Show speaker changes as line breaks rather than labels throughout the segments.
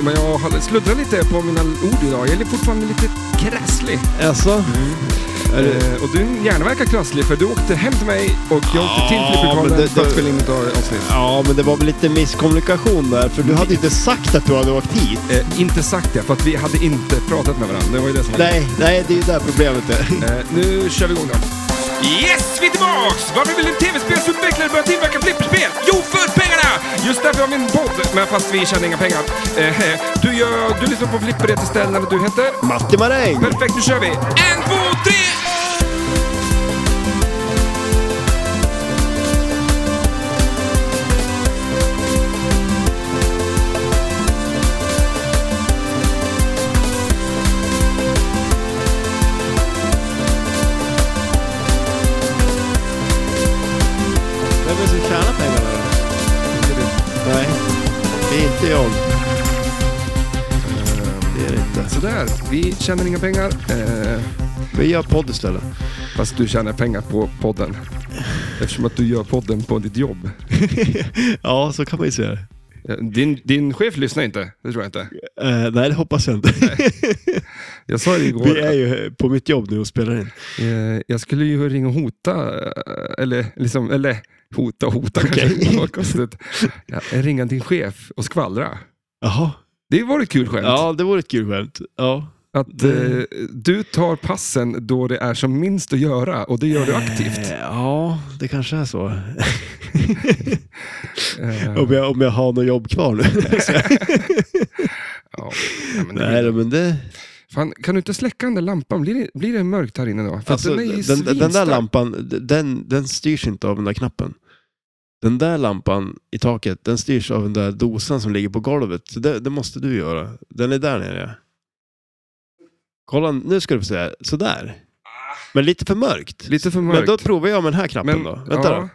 Men jag har- sluddrar lite på mina ord idag. Jag är fortfarande lite krasslig.
Alltså? Är det...
Eh, och din hjärna verkar krasslig för du åkte hem till mig och jag åkte till
Ja,
flipperkollen
men det-
för att
det-
spela in ett avsnitt.
Ja, men det var väl lite misskommunikation där, för du hade ju inte sagt att du hade åkt hit.
Eh, inte sagt det, för att vi hade inte pratat med varandra. Det var ju det som var
Nej, nej, det är ju där problemet är.
Eh, nu kör vi igång då. Yes, vi är tillbaks! Varför vill en tv-spelsutvecklare börja tillverka flipperspel? Jo, för pengarna! Just därför har vi en podd, men fast vi tjänar inga pengar. Eh, du, gör, du lyssnar på Flipper heter ställen du heter.
Matti Maräng!
Perfekt, nu kör vi! En, två, tre!
Vem är det som tjänar pengarna då? Nej, det är inte jag. Eh, Det är det inte.
Sådär, vi tjänar inga pengar. Eh,
Vi gör podd istället.
fast du tjänar pengar på podden. Eftersom att du gör podden på ditt jobb.
ja, så kan man ju säga det.
Eh, Din, din chef lyssnar inte, det tror jag inte.
Eh, nej, det hoppas jag inte.
Jag sa det igår.
Vi är ju på mitt jobb nu och spelar in.
Eh, jag skulle ju ringa och hota, eh, eller, liksom, eller hota och hota kanske.
Okej.
var konstigt. Ja, ringa din chef och skvallra.
Jaha.
Det var ett kul skämt.
Ja, det vore ett kul skämt. Ja.
Att eh, du tar passen då det är som minst att göra och det gör du aktivt.
Eh, Ja, det kanske är så.
Eh,
om, jag, om jag har något jobb kvar nu.
ja. Ja, men det-
nej, men det...
Fan, kan du inte släcka den där lampan? Blir det, blir det mörkt här inne då? För
Alltså,
att den, är ju
den, den, där
svinstark.
lampan, den, den styrs inte av den där knappen. Den där lampan i taket, den styrs av den där dosan som ligger på golvet. Så det, det måste du göra. Den är där nere. Kolla, nu ska du få säga sådär. Men lite för mörkt.
Ah. Lite för
Men
mörkt.
då provar jag med den här knappen
Men,
då. Vänta
ja.
då.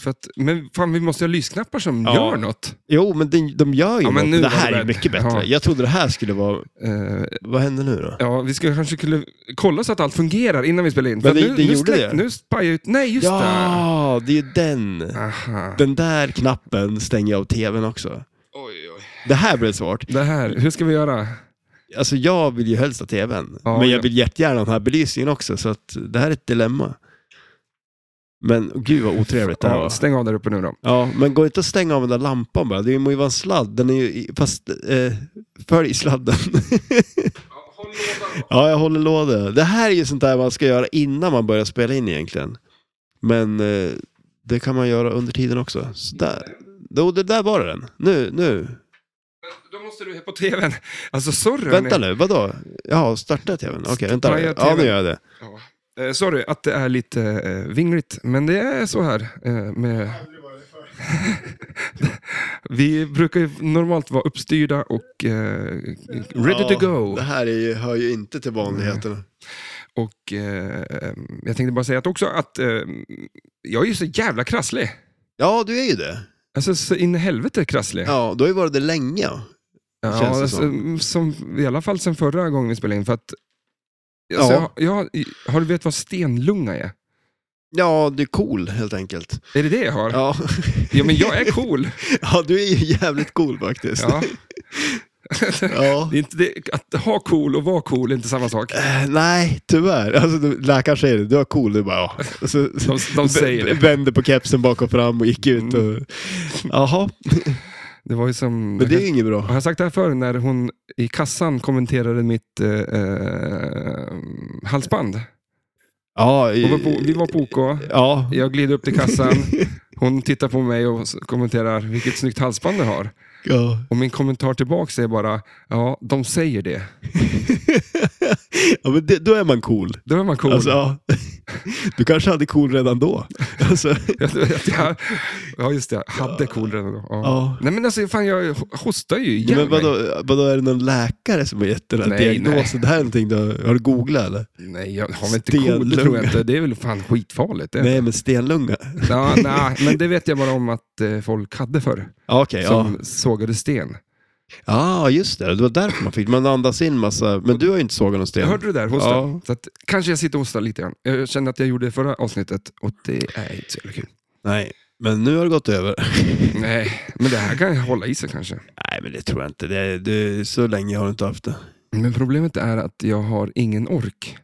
För att, men fan, vi måste ha lysknappar som
Ja.
gör något.
Jo, men de, de gör ju
Ja, men nu
något. Det
var
här
du
är
rädd.
mycket bättre.
Ja.
Jag trodde det här skulle vara...
Eh,
Vad händer nu då?
Ja, vi ska kanske skulle kolla så att allt fungerar innan vi spelar in. För
Men det-
nu,
det
nu
gjorde det.
Nu spajar jag ut... Nej, just
ja, det är ju den.
det! Aha.
Den där knappen stänger jag av tvn också.
Oj, oj.
Det här blev svårt.
Det här, hur ska vi göra?
Alltså jag vill ju helst ha tvn,
Ja,
men jag
ja.
vill jättegärna ha den här belysningen också, så att det här är ett dilemma. Men oh, gud vad otrevligt det här
Ja,
var.
stäng av där uppe nu då.
Ja, men går inte att stänga av den där lampan bara? Det må ju vara en sladd, den är ju, i- fast eh, följ sladden. ja, jag håller låda. Det här är ju sånt där man ska göra innan man börjar spela in egentligen. Men eh, det kan man göra under tiden också. Så där. Då, det där var den. Nu, nu.
Då måste du på tvn. Alltså, sorry.
Vänta
hörni.
nu, vadå? Ja, starta tvn. Okej, vänta.
Paja
Ja, nu
TV:n.
gör jag det.
Ja. Eh, sorry att det är lite eh, vingligt, men det är så här eh, med... vi brukar ju normalt vara uppstyrda och eh, ready
Ja,
to go.
Det här är ju, hör ju inte till vanligheterna.
Och eh, jag tänkte bara säga att också att eh, jag är ju så jävla krasslig.
Ja, du är ju det.
Alltså så in i helvete krasslig.
Ja, du har ju varit det länge.
Ja,
känns det
alltså, som. I alla fall sen förra gången vi spelade in. För att, alltså,
Ja.
jag, jag, har- har du vet vad stenlunga är?
Ja, du är cool helt enkelt.
Är det det jag har? Ja,
Ja,
men jag är cool.
ja du är ju jävligt cool faktiskt.
Ja.
Ja.
Det är inte det, att ha cool och vara cool är inte samma sak.
Eh, Nej, tyvärr. Alltså, du- läkaren säger det. Du har cool. Du bara, ja. Så,
De, de säger det. Mm.
Vände på kepsen bak och fram och gick ut. Och... Jaha,
Det var ju som...
men det är ju inget bra.
Har jag sagt det här förr när hon i kassan kommenterade mitt eh, eh, halsband?
Ja,
Hon var på, vi var på OK.
ja.
Jag glider upp till kassan. Hon tittar på mig och s- kommenterar vilket snyggt halsband du har.
ja.
Och min kommentar tillbaka är bara, ja, de säger det.
ja men det, då är man cool.
Då är man cool.
Alltså, ja. Du kanske hade cool redan då. Alltså,
Jag- jag- jag- ja, just det. Jag hade cool redan då. Ja.
Ja.
Nej, men alltså, fan, jag ho- hostar ju igen.
men vadå, vadå, är det någon läkare som har gett den här
Nej,
diagnosen? Det här är någonting du har, har du googlat eller?
Nej, jag har väl inte cool, det tror jag inte. Det är väl fan skitfarligt. Det.
Nej, men stenlunga.
Ja, nej, men det vet jag bara om att eh, folk hade förr.
Ja, Okej, ja.
Som sågade sten.
Ja, just det. Det var därför man fick. Man andas in massa, men du har ju inte sågat någon sten.
Hörde du där? Hosta.
Ja.
Så att, kanske jag sitter och hostar lite grann. Jag kände att jag gjorde det förra avsnittet och det är inte så jävla kul.
Nej. Men nu har det gått över.
Nej, men det här kan ju hålla i sig kanske.
Nej, men det tror jag inte. Det, det, så länge har du inte haft det.
Men problemet är att jag har ingen ork.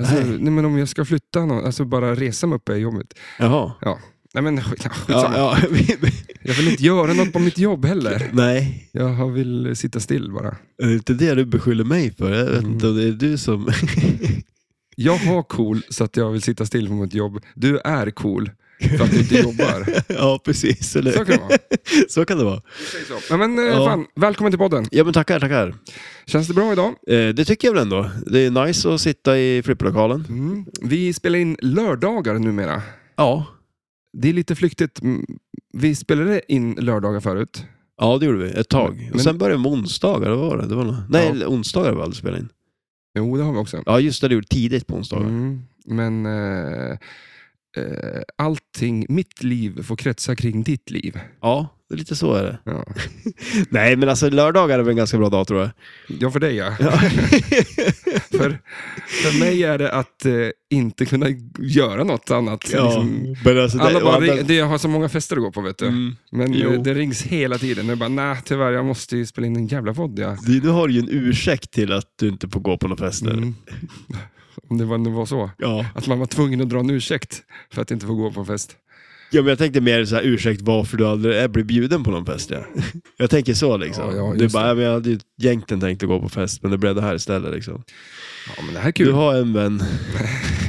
Alltså,
Nej.
nej. men om jag ska flytta, nå- alltså bara resa mig upp är jobbigt.
Jaha.
Nej men skit, skitsamma.
Ja, ja. vi- vi-
Jag vill inte göra något på mitt jobb heller.
Nej,
Jag har- vill sitta still bara.
det är inte det du beskyller mig för. Jag vet
Mm.
inte om det är du som...
Jag har cool så att jag vill sitta still på mitt jobb. Du är cool för att du inte jobbar.
ja, precis. Eller?
Så kan det vara.
så kan det vara.
Nej, men, eh,
Ja.
fan, välkommen till podden.
Ja, men tackar, tackar.
Känns det bra idag?
Eh, det tycker jag väl ändå. Det är nice att sitta i flipplokalen.
Mm. Vi spelar in lördagar numera.
Ja.
Det är lite flyktigt. Mm, Vi spelade in lördagar förut.
Ja, det gjorde vi. Ett tag. Och
Men-
sen började det med onsdagar, vad var det? det var något... Nej,
Ja.
eller onsdagar var det aldrig spelat in.
Jo, det har vi också.
Ja, just det. Det gjorde tidigt på onsdagar.
Mm. Men eh, eh, allting, mitt liv får kretsa kring ditt liv.
Ja, det är lite så är det.
Ja,
Nej, men alltså lördagar är väl en ganska bra dag tror jag.
ja för dig ja.
Ja.
För, för mig är det att eh, inte kunna göra något annat. Liksom,
men alltså
alla
och
bara
andra-
ring, det, jag har så många fester att gå på vet du.
Mm.
Men
jo.
eh, det rings hela tiden. Jag bara, nej tyvärr, jag måste ju spela in en jävla podd. Ja.
Du, nu har du ju en ursäkt till att du inte får gå på några fester.
Mm. Om det var, nu var så.
Ja.
Att man var tvungen att dra en ursäkt för att inte få gå på en fest.
ja, men jag tänkte mer så här ursäkt varför du aldrig är- blir bjuden på någon fest. Ja. Jag tänker så liksom.
Ja, ja,
du
just
bara,
det.
ja, men jag hade ju egentligen tänkt att gå på fest, men det blev det här istället liksom.
Ja, men det här är
Du
kul.
har en vän.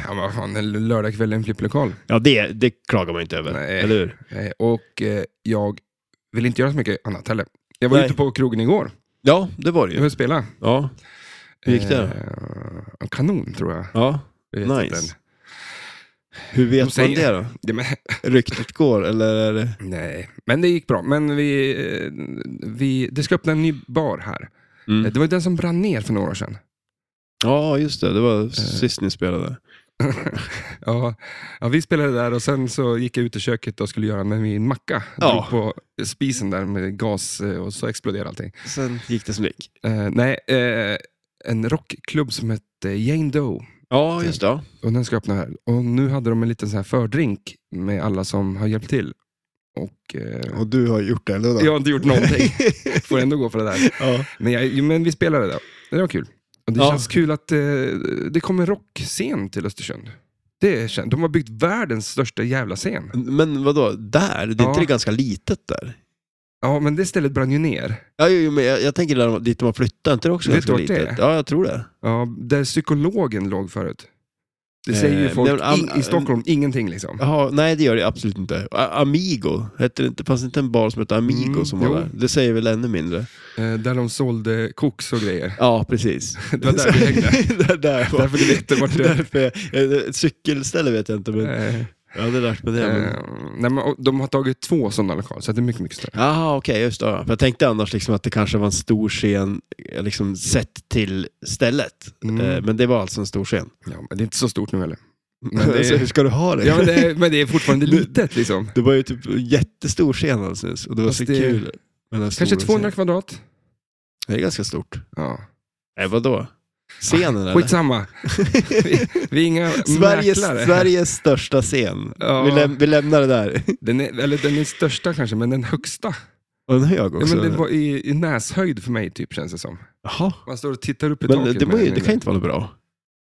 Ja, vad fan, en lördagkväll i en flipplokal.
Ja, det, det klagar man inte över.
Nej.
Eller hur?
Eh, Och eh, jag vill inte göra så mycket annat heller. Jag var
Nej.
ute på krogen igår.
Ja, det var det
Jag
ju.
vill spela.
Ja. Hur gick det?
Eh, kanon, tror jag. Eh,
ja.
jag vet inte
Nice.
än.
Hur vet
De säger-
man det då?
Det, men,
Ryktet går, eller är det...
nej, men det gick bra. Men vi, eh, vi, det ska öppna en ny bar här.
Mm.
Eh, Det var den som brann ner för några år sedan.
Ja, just det. Det var sist ni spelade.
Ja, ja, vi spelade där och sen så gick jag ut i köket och skulle göra med min macka.
Ja.
Drog på spisen där med gas eh, och så exploderade allting.
Sen gick det som det gick.
Eh, nej, eh, en rockklubb som hette Jane Doe.
Ja, just det. Ja.
Och den ska öppna här. Och nu hade de en liten så här fördrink med alla som har hjälpt till. Och, eh,
Och du har gjort det, eller
jag har inte gjort någonting. Får ändå gå för det där.
ja.
Men, jag, jo, men vi spelade det. Det var kul. Och det
Ja.
känns kul att eh, det kommer en rockscen till Östersund. Det känns, de har byggt världens största jävla scen.
Men vadå, där? Det är
Ja.
inte det ganska litet där?
Ja, men det stället brann ju ner.
Ja, jo, jo, men jag, jag tänker där, de- dit man flyttar, inte det också
Vet du
ganska
vart det är?
litet? Ja, jag tror det.
Ja, där psykologen låg förut. Det säger ju
Eh,
folk
men am-
in, i Stockholm ingenting liksom.
Jaha, nej, det gör det absolut inte. A- Amigo, hette det inte, fanns det inte en bar som hette Amigo
Mm,
som var
jo.
där? Det säger väl ännu mindre?
Eh, där de sålde koks och grejer.
Ja, precis.
Det var där vi hängde.
där, där, var.
Därför du vet vart det
Därför jag, ett cykelställe vet jag inte, men
Eh,
jag hade lärt mig det. Men...
Eh, nej, men, och de har tagit två sådana lokaler, så det är mycket, mycket större.
Jaha, okej, just det. ja. För jag tänkte annars liksom att det kanske var en stor scen, eh, liksom sett till stället.
Mm.
Eh, Men det var alltså en stor scen.
Ja, men det är inte så stort nu heller. Men det,
Så hur ska du ha det?
ja, men, det är, men det är fortfarande litet liksom.
Det var ju typ en jättestor scen alldeles nyss och det var
Fast
så
det-
kul. med den stora
Kanske 200
scenen.
kvadrat.
Det är ganska stort.
Ja.
Nej, vadå? Scenen eller?
Ah, Skitsamma. Vi, vi är inga
Sveriges,
mäklare.
Sveriges största scen.
Ja.
Vi, läm- vi lämnar det där.
Den är, eller den är största kanske, men den högsta.
Och en hög
Ja,
också.
men det var i, i näshöjd för mig, typ, känns det som.
Jaha.
Man står och tittar upp i
Men
taket.
det, var
med
ju,
den
det kan inte vara något bra.
lilla-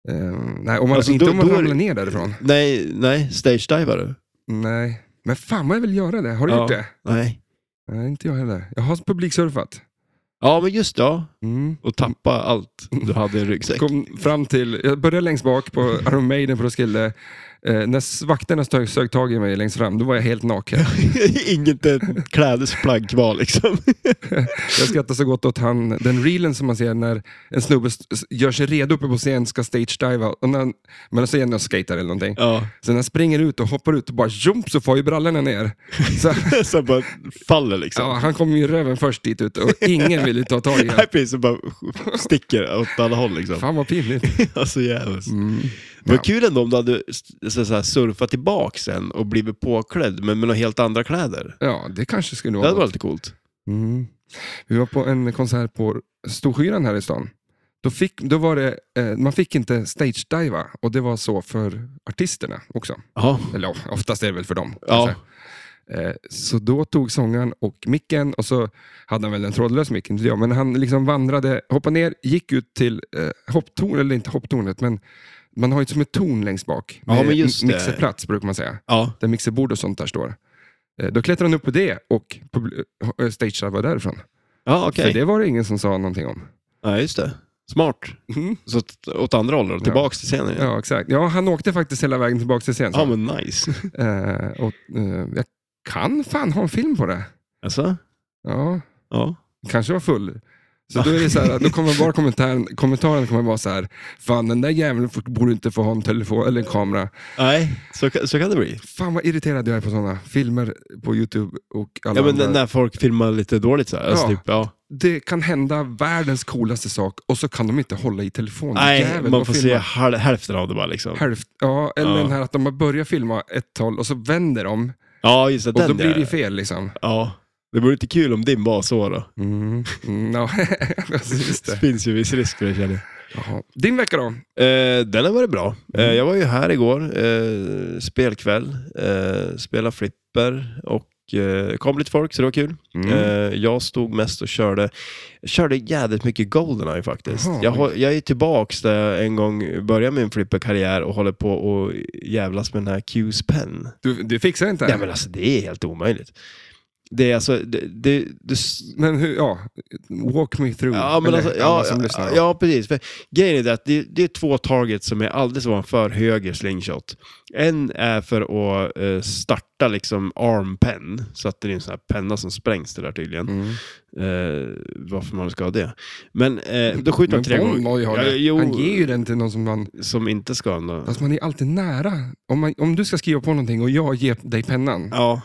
Eh, nej, om man,
Alltså,
inte
då-
om man
då är det-
ramlar ner därifrån.
Nej, nej. Stage-divar du?
Nej. Men fan vad jag vill göra det. Har du
Ja.
gjort det?
Nej.
Nej, inte jag heller. Jag har publiksurfat.
Ja, men just det. Ja.
Mm.
Och tappa allt du hade i en ryggsäck.
kom fram till, jag började längst bak på Iron Maiden på Roskilde. Eh, när s- vakterna stö- sög tag i mig längst fram, då var jag helt naken.
Inget eh, klädesplagg kvar liksom.
Jag skrattar så gott åt han, den reelen som man ser när en snubbe s- s- gör sig redo uppe på scen, ska stage-diva. Och när han- Men så är han och skater eller någonting.
Ja.
Så när han springer ut och hoppar ut och bara jump så får ju brallorna ner. Så,
Som bara faller liksom.
ja, han kommer ju röven först dit ut och ingen vill ju ta tag i honom.
Nej, precis. Som bara sticker åt alla håll liksom.
Fan vad pinligt.
Alltså jävligt.
Mm.
Men
Ja.
kul ändå om du hade så, så här, surfat tillbaka sen och blivit påklädd men med några helt andra kläder.
Ja, det kanske skulle
Det
vara
hade
något.
varit lite coolt.
Mm. Vi var på en konsert på Storskyran här i stan. Då fick, då var det, eh, man fick inte stage-diva och det var så för artisterna också.
Ja.
Eller ja, oftast är det väl för dem.
Ja.
kanske. Eh, Så då tog sångaren och micken och så hade han väl en trådlös mick, inte jag, men han liksom vandrade, hoppade ner, gick ut till eh, hopptornet, eller inte hopptornet, men man har ju som ett torn längst bak.
Ja,
med
men just
mi-
det.
Mixerplats brukar man säga,
Ja.
där mixerbord och sånt där står. Eh, Då klättrade han upp på det och publi- eh, stageade var därifrån.
Ja, okej.
För det var det ingen som sa någonting om.
Ja, just det. Smart. Så att, åt andra hållet, och tillbaks till scenen igen.
Mm. Ja, exakt. Ja, han åkte faktiskt hela vägen tillbaka till scenen.
Ja, men nice.
Eh, och, eh, jag kan fan ha en film på det.
Alltså?
Ja,
Ja.
kanske var full. Så då, är det så här, då kommer bara kommentaren, kommentaren kommer vara så här, fan den där jäveln f- borde inte få ha en telefon eller en kamera.
Nej, så, ka- så kan det bli.
Fan vad irriterad jag är på sådana filmer på YouTube och alla
Ja, men
andra.
när folk filmar lite dåligt så här. Alltså,
Ja.
Typ, ja.
Det kan hända världens coolaste sak och så kan de inte hålla i telefonen.
Nej,
Jäveln,
man
vad
får se
filmar-
hal- hälften av det bara liksom.
Hälft, ja, eller
Ja.
den här att de har börjat filma ett håll och så vänder de
Ja, just det.
och
den
då blir
ja.
det ju fel liksom.
Ja. Det vore inte kul om din var så då.
Mm, mm, ja, precis
Det
det.
finns ju viss risk för det känner jag.
Jaha. Din vecka då?
Eh, den har varit bra.
Mm.
Eh, jag var ju här igår, eh, spelkväll, eh, spela flipper och eh, kom lite folk så det var kul.
Mm.
Eh, jag stod mest och körde, körde jävligt mycket Goldeneye faktiskt.
Jaha.
Jag, har- jag är tillbaks där jag en gång började min flipperkarriär och håller på och jävlas med den här Q's Pen.
Du, du fixar inte det
Nej
här?
men alltså det är helt omöjligt. Det är alltså, det, det, det s-
Men hur, ja, walk me through.
Ja, men
Eller
alltså,
alla
ja,
som lyssnar.
ja, ja, precis. För grejen är det att det, det är två targets som är alldeles ovanför höger slingshot. En är för att eh, starta liksom armpen, så att det är en sån här penna som sprängs det där tydligen.
Mm.
Eh, varför man ska ha det. Men eh, då skjuter
Men
man tre
Bon
gånger.
har ju
Ja,
det.
jo.
Han ger ju den till någon som man...
Som inte ska ha någon-
Fast man är alltid nära. Om, man, om du ska skriva på någonting och jag ger dig pennan.
Ja,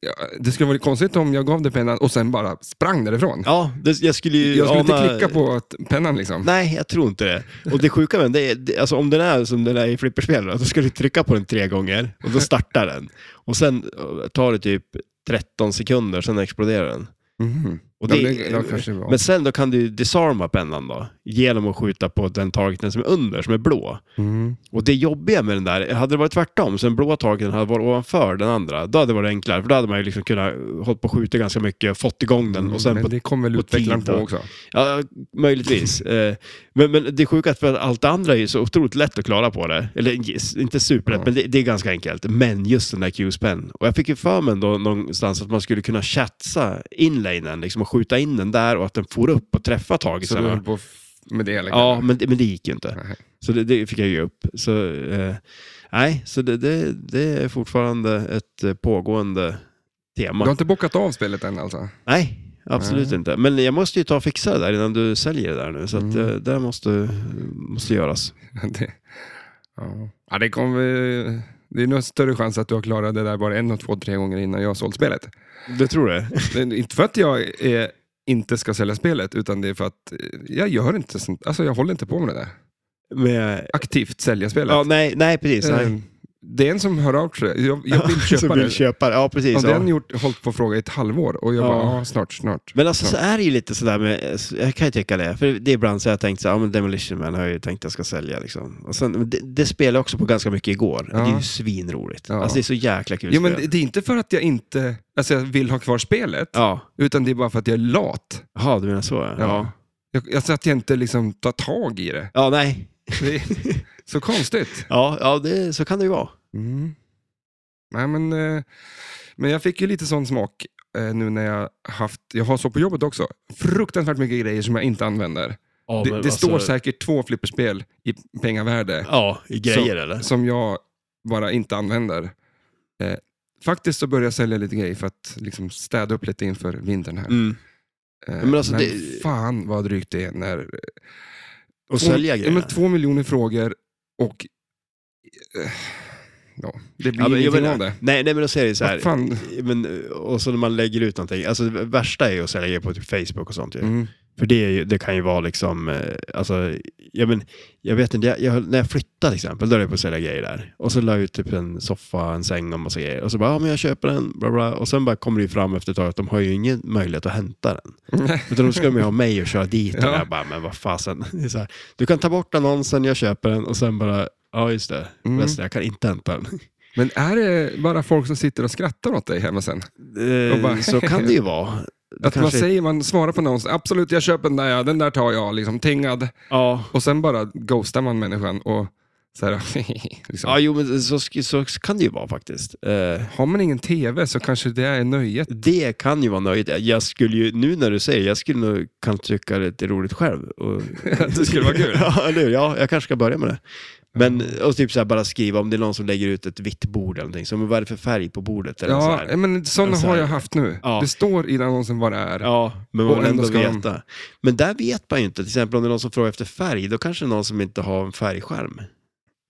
Ja, det skulle vara konstigt om jag gav dig pennan och sen bara sprang därifrån.
ja det, jag skulle ju...
jag skulle
ana-
inte klicka på att, pennan liksom.
Nej, jag tror inte det. Och det sjuka med den, det är, det, alltså om den är som den är i flipperspel, då, då ska du trycka på den tre gånger och då startar den. Och sen eh, tar det typ 13 sekunder, sen exploderar den.
Mhm.
Och det,
ja, det, ja, kanske det var.
men sen då kan du ju disarma pennan då, genom att skjuta på den targeten som är under, som är blå.
Mm.
Och det jobbiga med den där, hade det varit tvärtom, så den blåa targeten hade varit ovanför den andra, då hade det varit enklare. För då hade man ju liksom kunnat hålla på och skjuta ganska mycket och fått igång den. Och sen
Mm, men
på
det kommer väl
på
utvecklaren
tid
på
då.
också.
Ja, möjligtvis. Eh, men, men det sjuka är för att allt det andra är ju så otroligt lätt att klara på det. Eller yes, inte superlätt,
Ja.
men det, det är ganska enkelt. Men just den där Q-spänn. Och jag fick ju för mig då någonstans att man skulle kunna chatsa inlanen, liksom och skjuta in den där och att den får upp och träffa taget.
Så
sen,
du
va?
höll på f- med det? Eller?
Ja, men, det- men det gick ju inte.
Nej.
Så det, det fick jag ge upp. Så, eh, nej, så det, det, det är fortfarande ett eh, pågående
Du
tema.
har inte bockat av spelet än alltså?
Nej, absolut
Nej.
inte. Men jag måste ju ta och fixa det där innan du säljer det där nu. Så att,
Mm.
eh, det där måste, måste göras.
Det, ja. Ja, det, kommer, det är nog större chans att du har klarat det där bara en, och två, tre gånger innan jag har sålt spelet.
Du tror det?
Det är inte för att jag eh, inte ska sälja spelet, utan det är för att eh, jag gör inte sånt. Alltså jag håller inte på med det där.
Med,
Aktivt sälja spelet.
ja, nej, nej, precis. Nej.
Eh, det är en som hör av sig. Jag, jag vill
Som
köpa
vill
det.
köpa det. Ja,
Och
precis.
den har
Ja.
gjort, hållit på att fråga i ett halvår och jag
Ja.
bara, ja, snart, snart.
Men alltså så är det ju lite sådär med, alltså, jag kan ju tycka det, för det är ibland så jag har tänkt så här, ja men Demolition Man har jag ju tänkt att jag ska sälja liksom. Och sen, men det, det spelade jag också på ganska mycket igår.
Ja.
Det är ju svinroligt.
Ja.
Alltså det är så jäkla kul
Jo, men
spel.
det, det är inte för att jag inte alltså, jag vill ha kvar spelet,
Ja,
utan det är bara för att jag är lat.
jaha du menar så ja. Ja,
Ja. Jag, alltså att jag inte liksom tar tag i det.
ja nej.
det är så konstigt.
Ja, ja det, så kan det ju vara.
Mm. Nej, men, eh, men jag fick ju lite sån smak eh, nu när jag haft, jag har så på jobbet också, fruktansvärt mycket grejer som jag inte använder.
Ja,
det
men
det
alltså-
står säkert två flipperspel i pengavärde
Ja, i grejer eller?
som jag bara inte använder. Eh, faktiskt så började jag sälja lite grejer för att liksom städa upp lite inför vintern här.
Mm.
Eh,
men
men
alltså det-
fan vad drygt det är när
Och
Två-
sälja
Ja,
grejer.
men två miljoner frågor och eh, ja, det blir
Ja, men jag
ingenting
menar-
av det.
Nej, nej, men då säger det så här.
Vad fan?
Men, och så när man lägger ut någonting. Alltså det värsta är ju att sälja grejer på typ Facebook och sånt ju.
Mm.
För det, är ju, det kan ju vara liksom, eh, alltså, ja, men, jag vet inte, jag, jag, när jag flyttade till exempel, då höll jag på att sälja grejer där. Och så la jag ut typ en soffa, en säng och massa grejer. Och så bara, ja men jag köper den, bla bla. Och sen bara kommer det ju fram efter ett tag att de har ju ingen möjlighet att hämta den. Utan då ska de ju ha mig och köra dit.
Ja.
Och jag bara, men vad fasen. Det är så här, du kan ta bort annonsen, jag köper den och sen bara, ja just det,
Mm.
resten, jag kan inte hämta den.
Men är det bara folk som sitter och skrattar åt dig hemma sen?
Eh,
Och bara-
så kan det ju vara. Det
Att man
kanske-
säger, man svarar på någons, absolut jag köper den där, ja, den där tar jag, liksom tingad.
Ja.
Och sen bara ghostar man människan och så här, liksom.
ja, jo men så, sk- så kan det ju vara faktiskt. Eh,
Har man ingen tv så kanske det är nöjet.
det kan ju vara nöjt. Jag skulle ju, nu när du säger jag skulle nog kan tycka det är roligt själv. Och...
Det skulle vara kul.
ja, eller hur? ja, jag kanske ska börja med det. Men, och typ så här, bara skriva om det är någon som lägger ut ett vitt bord eller någonting. Så, men vad är det för färg på bordet? Eller så
Ja, eh,
här.
men sådana
Så här.
har jag haft nu.
Ja.
Det står i annonsen vad det är.
Ja, men
Och
man vill
ändå
ändå
ska de-
veta. Men där vet man ju inte. Till exempel om det är någon som frågar efter färg, då kanske det är någon som inte har en färgskärm.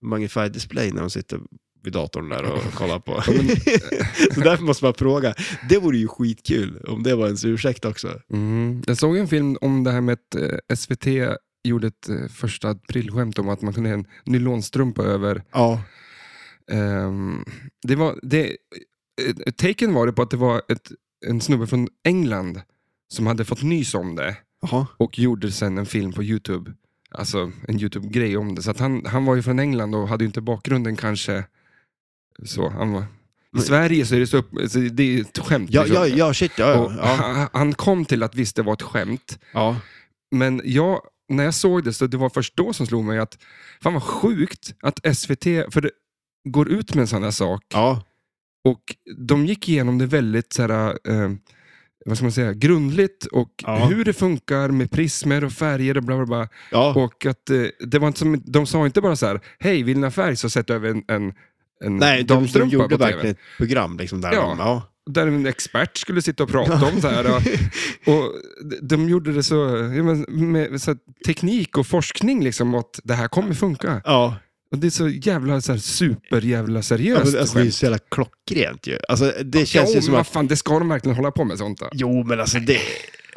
Magnified display när de sitter vid datorn där och kollar på. så därför måste man fråga. Det vore ju skitkul om det var ens ursäkt också.
Mm. Jag såg en film om det här med att eh, SVT gjorde ett eh, första aprilskämt om att man kunde ha en nylonstrumpa över.
Ja.
ehm, det var, det, ett- ett tecken var det på att det var ett, en snubbe från England som hade fått nys om det
Jaha.
och gjorde sen en film på Youtube. Alltså en Youtube-grej om det. Så att han, han var ju från England och hade ju inte bakgrunden kanske. Så, han var... I
Men-
Sverige så är det så upp, så det är ett skämt.
Mm. Ja,
liksom.
ja, ja, shit, ja,
Och
ja. ja.
han, han kom till att visst, det var ett skämt.
ja.
Men jag, när jag såg det, så det var först då som slog mig att fan vad sjukt att SVT för det, går ut med en sån här sak.
ja.
Och de gick igenom det väldigt så här, eh, vad ska man säga, grundligt och
Ja.
hur det funkar med prismer och färger och bla bla bla.
ja.
Och att eh, det var inte som, de sa inte bara så här, hej vill ni ha färg så sätt över en, en, en
Nej, de, de
damstrumpa
gjorde
på
verkligen
TV.
ett program liksom där.
Ja.
de- ja.
Där en expert skulle sitta och prata om så här. Och, och de- de gjorde det så, ja, men med så här, teknik och forskning, liksom, att det här kommer funka.
ja.
Och det är så jävla så här, superjävla
ja
seriöst
men, alltså, det är ju
skämt.
så jävla klockrent ju. Alltså, det känns
jo,
ju som
men
att...
vad fan, det ska de verkligen hålla på med sånt då.
Jo, men alltså det...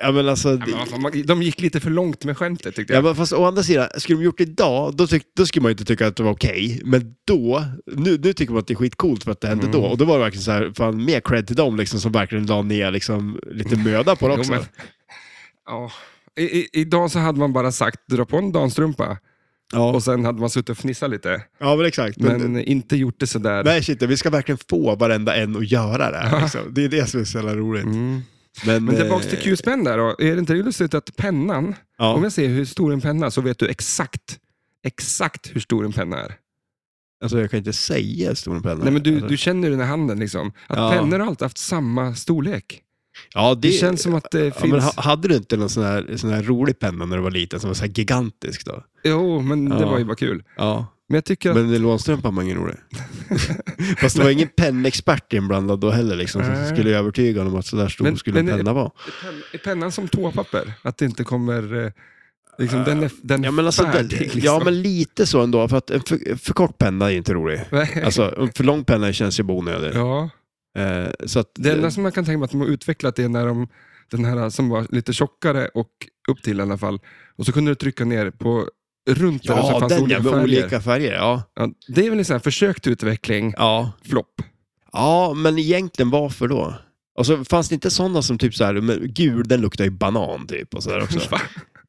Ja, men alltså...
Ja,
det-
men vad fan, man- De gick lite för långt med skämtet tyckte
Ja,
jag.
men fast å andra sidan, skulle de gjort det idag, då, tyck, då skulle man ju inte tycka att det var okej. Men då, nu, nu tycker man att det är skitcoolt för att det hände
Mm.
då. Och då var det verkligen så här, fan mer cred till dem liksom, som verkligen la ner liksom, lite möda på det
Jo,
också.
men- Ja. I, i, idag så hade man bara sagt dra på en damstrumpa
ja.
och sen hade man suttit och fnissat lite.
ja, men exakt. Men,
Men inte gjort det sådär.
nej, shit, vi ska verkligen få varenda en att göra det här. Liksom. Det är det som är så jävla roligt.
Mm.
Men,
Men tillbaka
eh,
till Q-spänn där då. Är det inte lustigt att pennan, om
Ja.
jag säger hur stor en penna så vet du exakt, exakt hur stor en penna är.
Alltså, jag kan inte säga hur stor en penna
Nej, men du,
alltså.
du känner den i handen liksom. Att
Ja.
pennor har alltid haft samma storlek.
Ja,
Det,
det,
känns som att det
ja, men,
finns...
ha- Hade du inte någon sån här, sån här rolig penna när du var liten som var så här gigantisk då?
Jo, men det
Ja.
var ju bara kul.
Ja.
Men jag tycker att...
Men nylonstrumpan var ingen rolig. Fast det var ingen pennexpert inblandad då heller liksom, som
Nej.
skulle övertyga honom att sådär stor
Men-
skulle
men-
en penna vara.
Pen, är pennan som toapapper? Att det inte kommer... eh, Liksom, den är, den är
Ja men, alltså,
färdig.
det-
liksom.
ja men lite så ändå, för att en för, för kort penna är ju inte rolig.
Nej.
Alltså en för lång penna känns ju bara onödig.
ja.
Eh, så att,
Det enda som man kan tänka mig att de har utvecklat är när de, den här som var lite tjockare och upp till i alla fall. Och så kunde du trycka ner på runt där och så
ja,
fanns
den
olika
ja, med
färger.
olika färger. Ja.
Ja, det är väl en sån här försökt utveckling,
Ja.
flopp.
ja, men egentligen varför då? Och så fanns det inte sådana som typ så här, men gul den luktar ju banan typ och sådär också.
Va?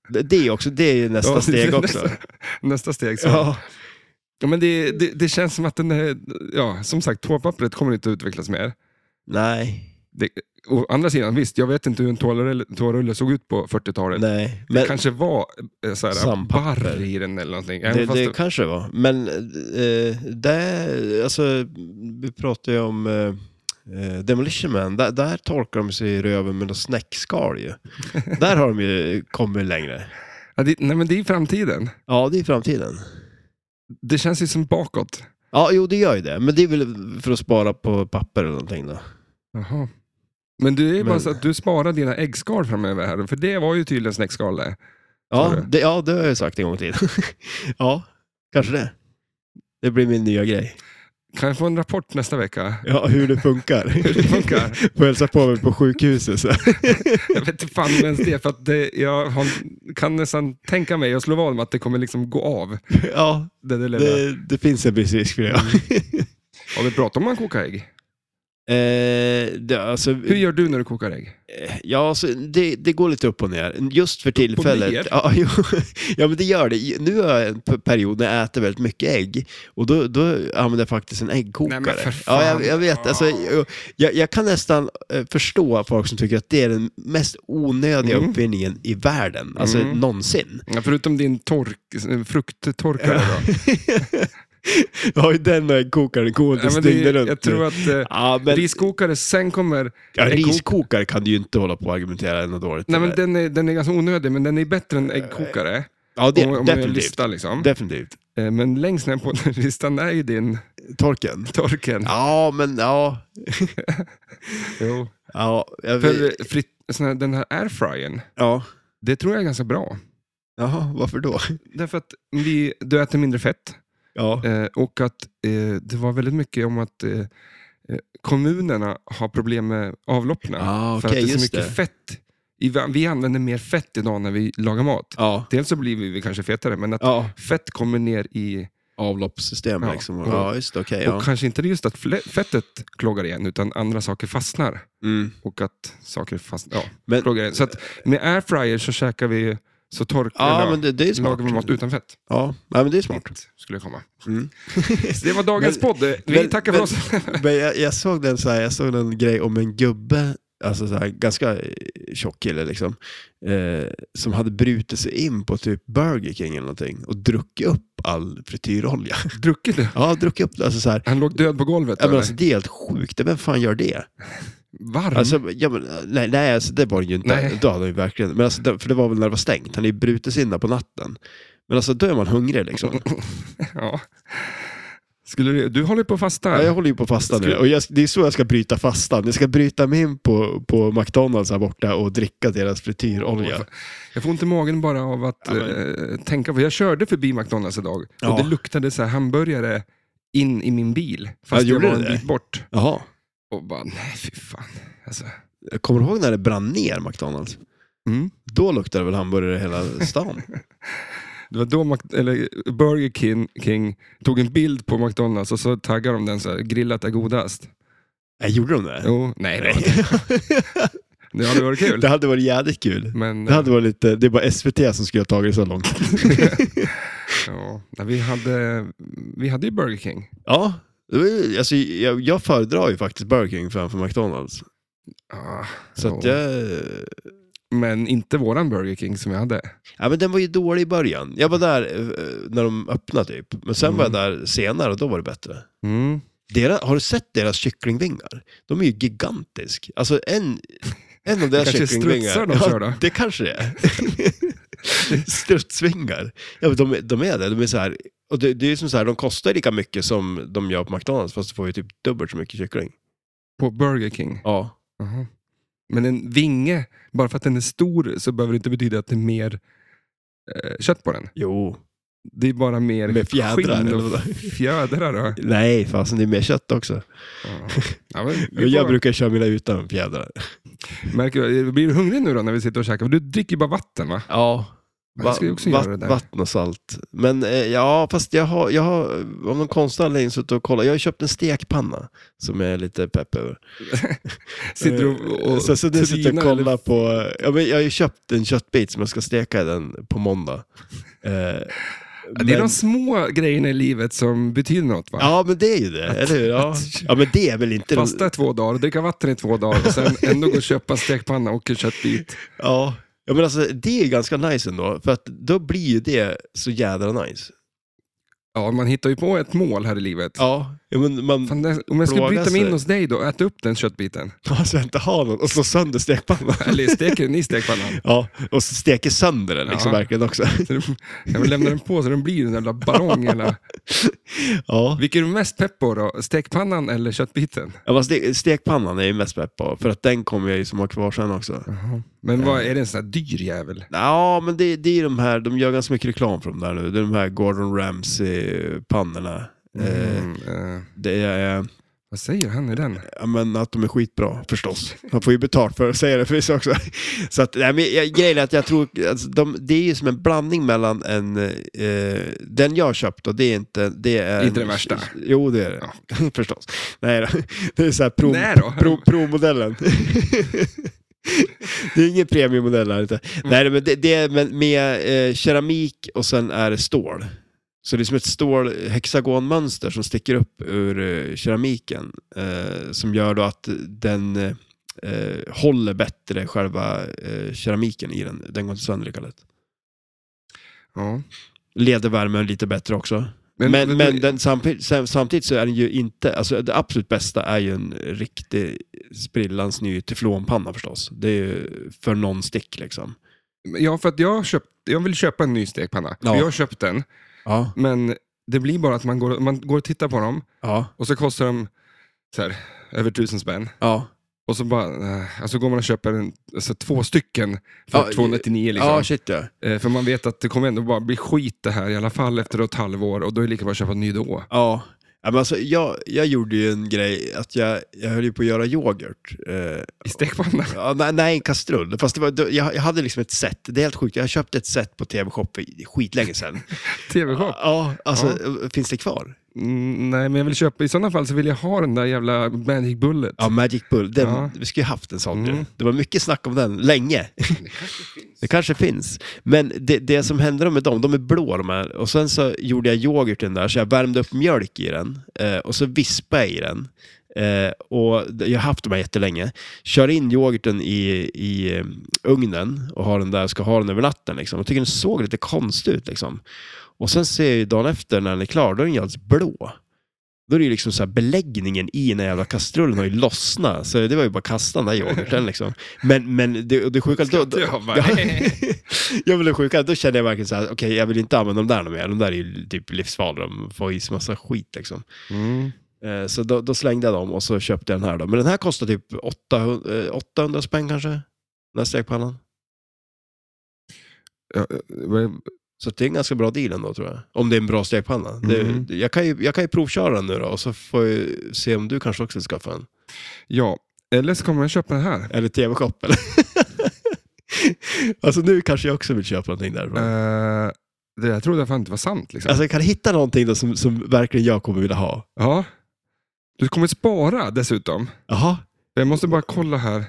Det- Det är också, det är ju nästa
Ja,
steg
det-
också.
Nästa, nästa steg. Så. Ja.
Ja.
men det, det, det känns som att den är, ja, som sagt, toapappret kommer inte att utvecklas mer.
Nej.
Det, å andra sidan, visst, jag vet inte hur en toarulle, toarulle såg ut på 40-talet.
Nej. Men,
det kanske var eh, så här,
Sandpapper.
barr i den eller någonting.
Det,
Även fast
det
det-
kanske det var. Men eh, där, alltså, vi pratade ju om eh, eh, Demolition Man. Där, där torkar de sig i röven med något snäckskal ju. där har de ju kommit längre.
ja, det, nej, men det är framtiden.
Ja, det är framtiden.
Det känns ju som bakåt.
Ja, jo det gör ju det. Men det är väl för att spara på papper eller någonting då.
Jaha. Men det är ju bara
Men-
så att du sparar dina äggskal framöver här, för det var ju tydligen snäckskal det. Sa
Ja,
du?
det, ja, det har jag ju sagt en gång till. ja, kanske det. Det blir min nya grej.
Kan jag få en rapport nästa vecka?
Ja, hur det funkar. hur
det funkar.
Får hälsa på mig på sjukhuset. Så.
Jag vet inte fan om ens det, för att det, jag har, kan nästan tänka mig och slå vad om att det kommer liksom gå av.
ja,
Det, Mm. där lilla.
det, det finns en viss risk för det. ja.
Har vi pratat om man kokar ägg?
Eh, det, alltså,
Hur gör du när du kokar ägg?
eh, ja, alltså, det, det går lite upp och ner. Just för tillfället.
ner?
Ja, jo, ja, men det gör det. Nu har jag en p- period när jag äter väldigt mycket ägg. Och då, då använder jag faktiskt en äggkokare.
Nej, men för fan. Ah.
ja, jag, jag vet. Alltså, jag, jag- jag kan nästan eh, förstå folk som tycker att det är den mest onödiga
Mm.
uppfinningen i världen. Alltså
Mm.
någonsin.
Ja, förutom din tork, frukttorkare då.
Jag har ju den och äggkokaren gående
Ja, men
dygnet
det,
runt.
jag
nu.
tror att eh,
ja, men,
riskokare, sen kommer...
ja,
äggkok-
riskokare kan du ju inte hålla på och argumentera ändå dåligt.
Nej, men
med.
den är, den är ganska onödig, men den är bättre än äggkokare.
ja, Eh, det,
om, om man gör en
definitivt.
lista liksom.
Definitivt.
Eh, Men längst ner på den listan är ju din
Torken?
torken.
Ja, men ja.
Jo.
Ja, jag
För
vet.
eh, fritt, sån här, den här airfryern,
ja.
det tror jag är ganska bra.
Jaha, varför då?
Därför att vi, du äter mindre fett
Ja.
eh, och att eh, det var väldigt mycket om att eh, eh, kommunerna har problem med avloppen.
Ah,
för
okej,
att det är så
just
mycket
det.
fett. I, vi använder mer fett idag när vi lagar mat.
Ja.
Dels så blir vi kanske fetare, men att
ja.
fett kommer ner i...
Avloppssystem
Ja,
liksom.
och-
Ja, just det. Okej.
Och
ja.
kanske inte just att fle- fettet kloggar igen, utan andra saker fastnar.
Mm.
och att saker fast, ja,
Men-
plågar in. Så att med airfryer så käkar vi, så torkar
Ja,
eller
men det, det är smart. liksom.
lagar vi mat utan fett.
Ja. ja, men det är smart.
Skulle jag komma.
Mm.
Så det var dagens podd. Vi
men-
tackar för
men-
oss.
Men jag, jag, såg den så här, jag såg den grej om en gubbe, alltså så här, ganska eh, tjock kille liksom, eh, som hade brutit sig in på typ Burger King eller någonting och druckit upp all frityrolja.
Druckit du?
ja, druckit upp, alltså så här.
Han låg död på golvet.
Ja, men
eller?
alltså, det är helt sjukt, vem fan gör det?
Varm?
Alltså, ja, men, nej, nej alltså, det var det ju inte.
Mm-hmm. Nej.
Då hade han ju verkligen, men alltså, det, för det var väl när det var stängt, han är ju brutit sig in där på natten. Men alltså då är man hungrig liksom.
Mm-hmm. ja. Skulle du, du håller på att fasta.
Ja, jag håller ju på fasta nu
Skulle-
och jag, det är så jag ska bryta fastan. Jag ska bryta mig in på, på McDonalds här borta och dricka deras frityrolja.
Jag får ont i magen bara av att
Ja, men-
eh, tänka på. Jag körde förbi McDonalds idag
Ja.
och det luktade så här hamburgare in i min bil. Fast jag
gjorde
var en
det det?
bit bort.
Jaha.
Och bara, nej fy fan. Alltså,
Jag kommer ihåg när det brann ner McDonalds?
mm.
Då luktade det väl hamburgare i hela stan?
Det var då Mac- eller Burger King, King tog en bild på McDonalds och så taggade de den så här, grillat är godast.
Nej, gjorde de det?
Jo, nej, nej. det hade varit kul.
det hade varit jävligt kul.
Men
Det, hade varit lite, det är bara SVT som skulle ha tagit det så långt.
ja, nej, vi, hade, vi hade ju Burger King.
Ja, det var ju- alltså, jag, jag föredrar ju faktiskt Burger King framför McDonalds.
Ah,
Så att
jo.
jag,
Men inte våran Burger King som vi hade.
ja, men den var ju dålig i början. Jag var där eh, när de öppnade typ, men sen var jag där senare och då var det bättre.
Mm.
Deras, har du sett deras kycklingvingar? De är ju gigantisk. Alltså en, en av
Det
deras
kanske är
kycklingvingar.
strutsar de kör då?
det kanske det är. Strutsvingar. Ja, men de, de är det. De är så här, och det, det är ju som så här, de kostar lika mycket som de gör på McDonalds, fast du får ju typ dubbelt så mycket kyckling.
På Burger King.
Ja.
Jaha. Men en vinge, bara för att den är stor så behöver det inte betyda att det är mer eh, kött på den.
Jo.
Det är bara mer
Med fjädrar
skinn
eller
och
vad?
fjädrar. Då.
Nej, fasen det är mer kött också.
Ja. Ja, men, vi
Jag
får-
brukar köra mina utan fjädrar.
Märker du, blir du hungrig nu då när vi sitter och käkar? Du dricker ju bara vatten va?
Ja.
Ja, jag ska ju också göra det där.
Vatten och salt. Men eh, ja, fast jag har, jag har av någon konstig anledning suttit och kollat. Jag har ju köpt en stekpanna som jag är lite pepp över. Eh,
Sitter du och, och
så, så nu sitter jag och
trinar, eller?
kollar på... Ja, men jag har ju köpt en köttbit som jag ska steka den på måndag. Eh,
Ja, Det är de små grejerna i livet som betyder något va?
Ja, men det är ju det, eller hur? Ja. ja, men det är väl inte...
Fasta i två dagar, dricka vatten i två dagar och sen ändå gå och köpa en stekpanna och en köttbit.
Ja. ja, men alltså det är ganska nice ändå, för att då blir ju det så jädra nice.
Ja, man hittar ju på ett mål här i livet.
Ja, ja men man...
Fan, det- om jag skulle
Plåga
bryta mig in
sig.
hos dig då och äta upp den köttbiten,
Alltså inte ha någon och slå sönder stekpannan.
eller steker den i stekpannan,
Ja, och så steker sönder den liksom
Ja.
verkligen också.
så du- jag vill lämna den på så den blir en jävla ballong. Eller...
Ja.
Vilken är du mest pepp på då? Stekpannan eller köttbiten?
Ja, fast det- stekpannan är ju mest pepp på, för att den kommer jag ju som har kvar sen också.
Men vad, är det en sån här dyr jävel?
Ja, men det, det är ju de här, de gör ganska mycket reklam för dem där nu. Det är de här Gordon Ramsay-pannorna. Eh,
Mm, eh.
det är, eh,
Vad säger han i den?
Ja, men att de är skitbra, förstås. Man får ju betalt för att säga det förvisso också. Så att, nej, men jag, grejen är att jag tror, alltså, de, det är ju som en blandning mellan en, eh, den jag har köpt och det är inte, det är...
Inte den värsta.
Jo, det är det. förstås. Nej då. Det är så här pro,
Nej då.
pro, pro-modellen. det är ingen premiummodell här inte. Nej, men det, det är med, med eh, keramik och sen är det stål. Så det är som ett stål hexagonmönster som sticker upp ur eh, keramiken eh, som gör då att den eh, håller bättre själva eh, keramiken i den. Den går inte sönder lika lätt.
Ja.
Leder värmen lite bättre också.
Men-
Men, men,
men-
den, samtidigt, sam- samtidigt så är den ju inte, alltså det absolut bästa är ju en riktig sprillans ny teflonpanna förstås. Det är ju för non-stick liksom.
Ja, för att jag, har köpt, jag vill köpa en ny stekpanna.
Ja.
För Jag har köpt den,
Ja,
men det blir bara att man går, man går och tittar på dem
ja,
och så kostar de så här, över tusen spänn.
ja.
Och så bara, eh, alltså går man och köper en, alltså två stycken för
Ja,
299 liksom.
Ja, shit ja.
Eh, För man vet att det kommer ändå bara bli skit det här i alla fall efter ett halvår och då är det lika bra att köpa en ny då.
Ja. ja men alltså, jag, jag gjorde ju en grej, att jag, jag höll ju på att göra yoghurt. Eh,
I stekpanna.
Ja, nej, nej, en kastrull. Fast det var, då- jag, jag hade liksom ett set. Det är helt sjukt. Jag köpte ett set på TV-shop för skitlänge sedan.
TV-shop.
Ja, alltså, finns det kvar?
Mm, nej, men jag vill köpa, i sådana fall så vill jag ha den där jävla Magic Bullet.
Ja, Magic Bull. Den,
Ja.
Vi skulle ju haft en sån.
Mm.
ju. Det var mycket snack om den, länge. Det kanske finns. Men det, det som hände med dem, de är blå de här. Och sen så gjorde jag yoghurten där, så jag värmde upp mjölk i den. Eh, och så vispade jag i den. Eh, och d- jag har haft de här jättelänge. Kör in yoghurten i, i eh, ugnen och har den där, ska ha den över natten. Liksom. Jag tycker den såg lite konstig ut. Liksom. Och sen ser jag ju dagen efter när den är klar, då är den ju alldeles blå. Då är det ju liksom så här beläggningen i den här jävla kastrullen har ju lossnat. Så det var ju bara att kasta den där yoghurten liksom. Men, men det, och det sjuka... Då, då,
jag bara,
ja, jag blev sjuka, då kände jag verkligen så här, okej jag vill inte använda de där något mer. De där är ju typ livsfarliga, de får i sig massa skit liksom.
Mm.
Eh, Så då, då slängde jag dem och så köpte jag den här då. Men den här kostar typ 800, eh, 800 spänn kanske, den här stekpannan.
Ja, eh, vad-
Så det är en ganska bra deal ändå tror jag. Om det är en bra stekpanna.
Mhm.
Det, jag, kan ju, jag kan ju provköra den nu då och så får jag ju se om du kanske också vill skaffa en.
ja, eller så kommer jag köpa den här.
Eller TV-shop eller? alltså nu kanske jag också vill köpa någonting därifrån.
Eh, det där trodde jag fan inte var sant. Liksom.
Alltså jag kan hitta någonting då som, som verkligen jag kommer vilja ha.
Ja. Du kommer spara dessutom.
Jaha.
Jag måste bara kolla här.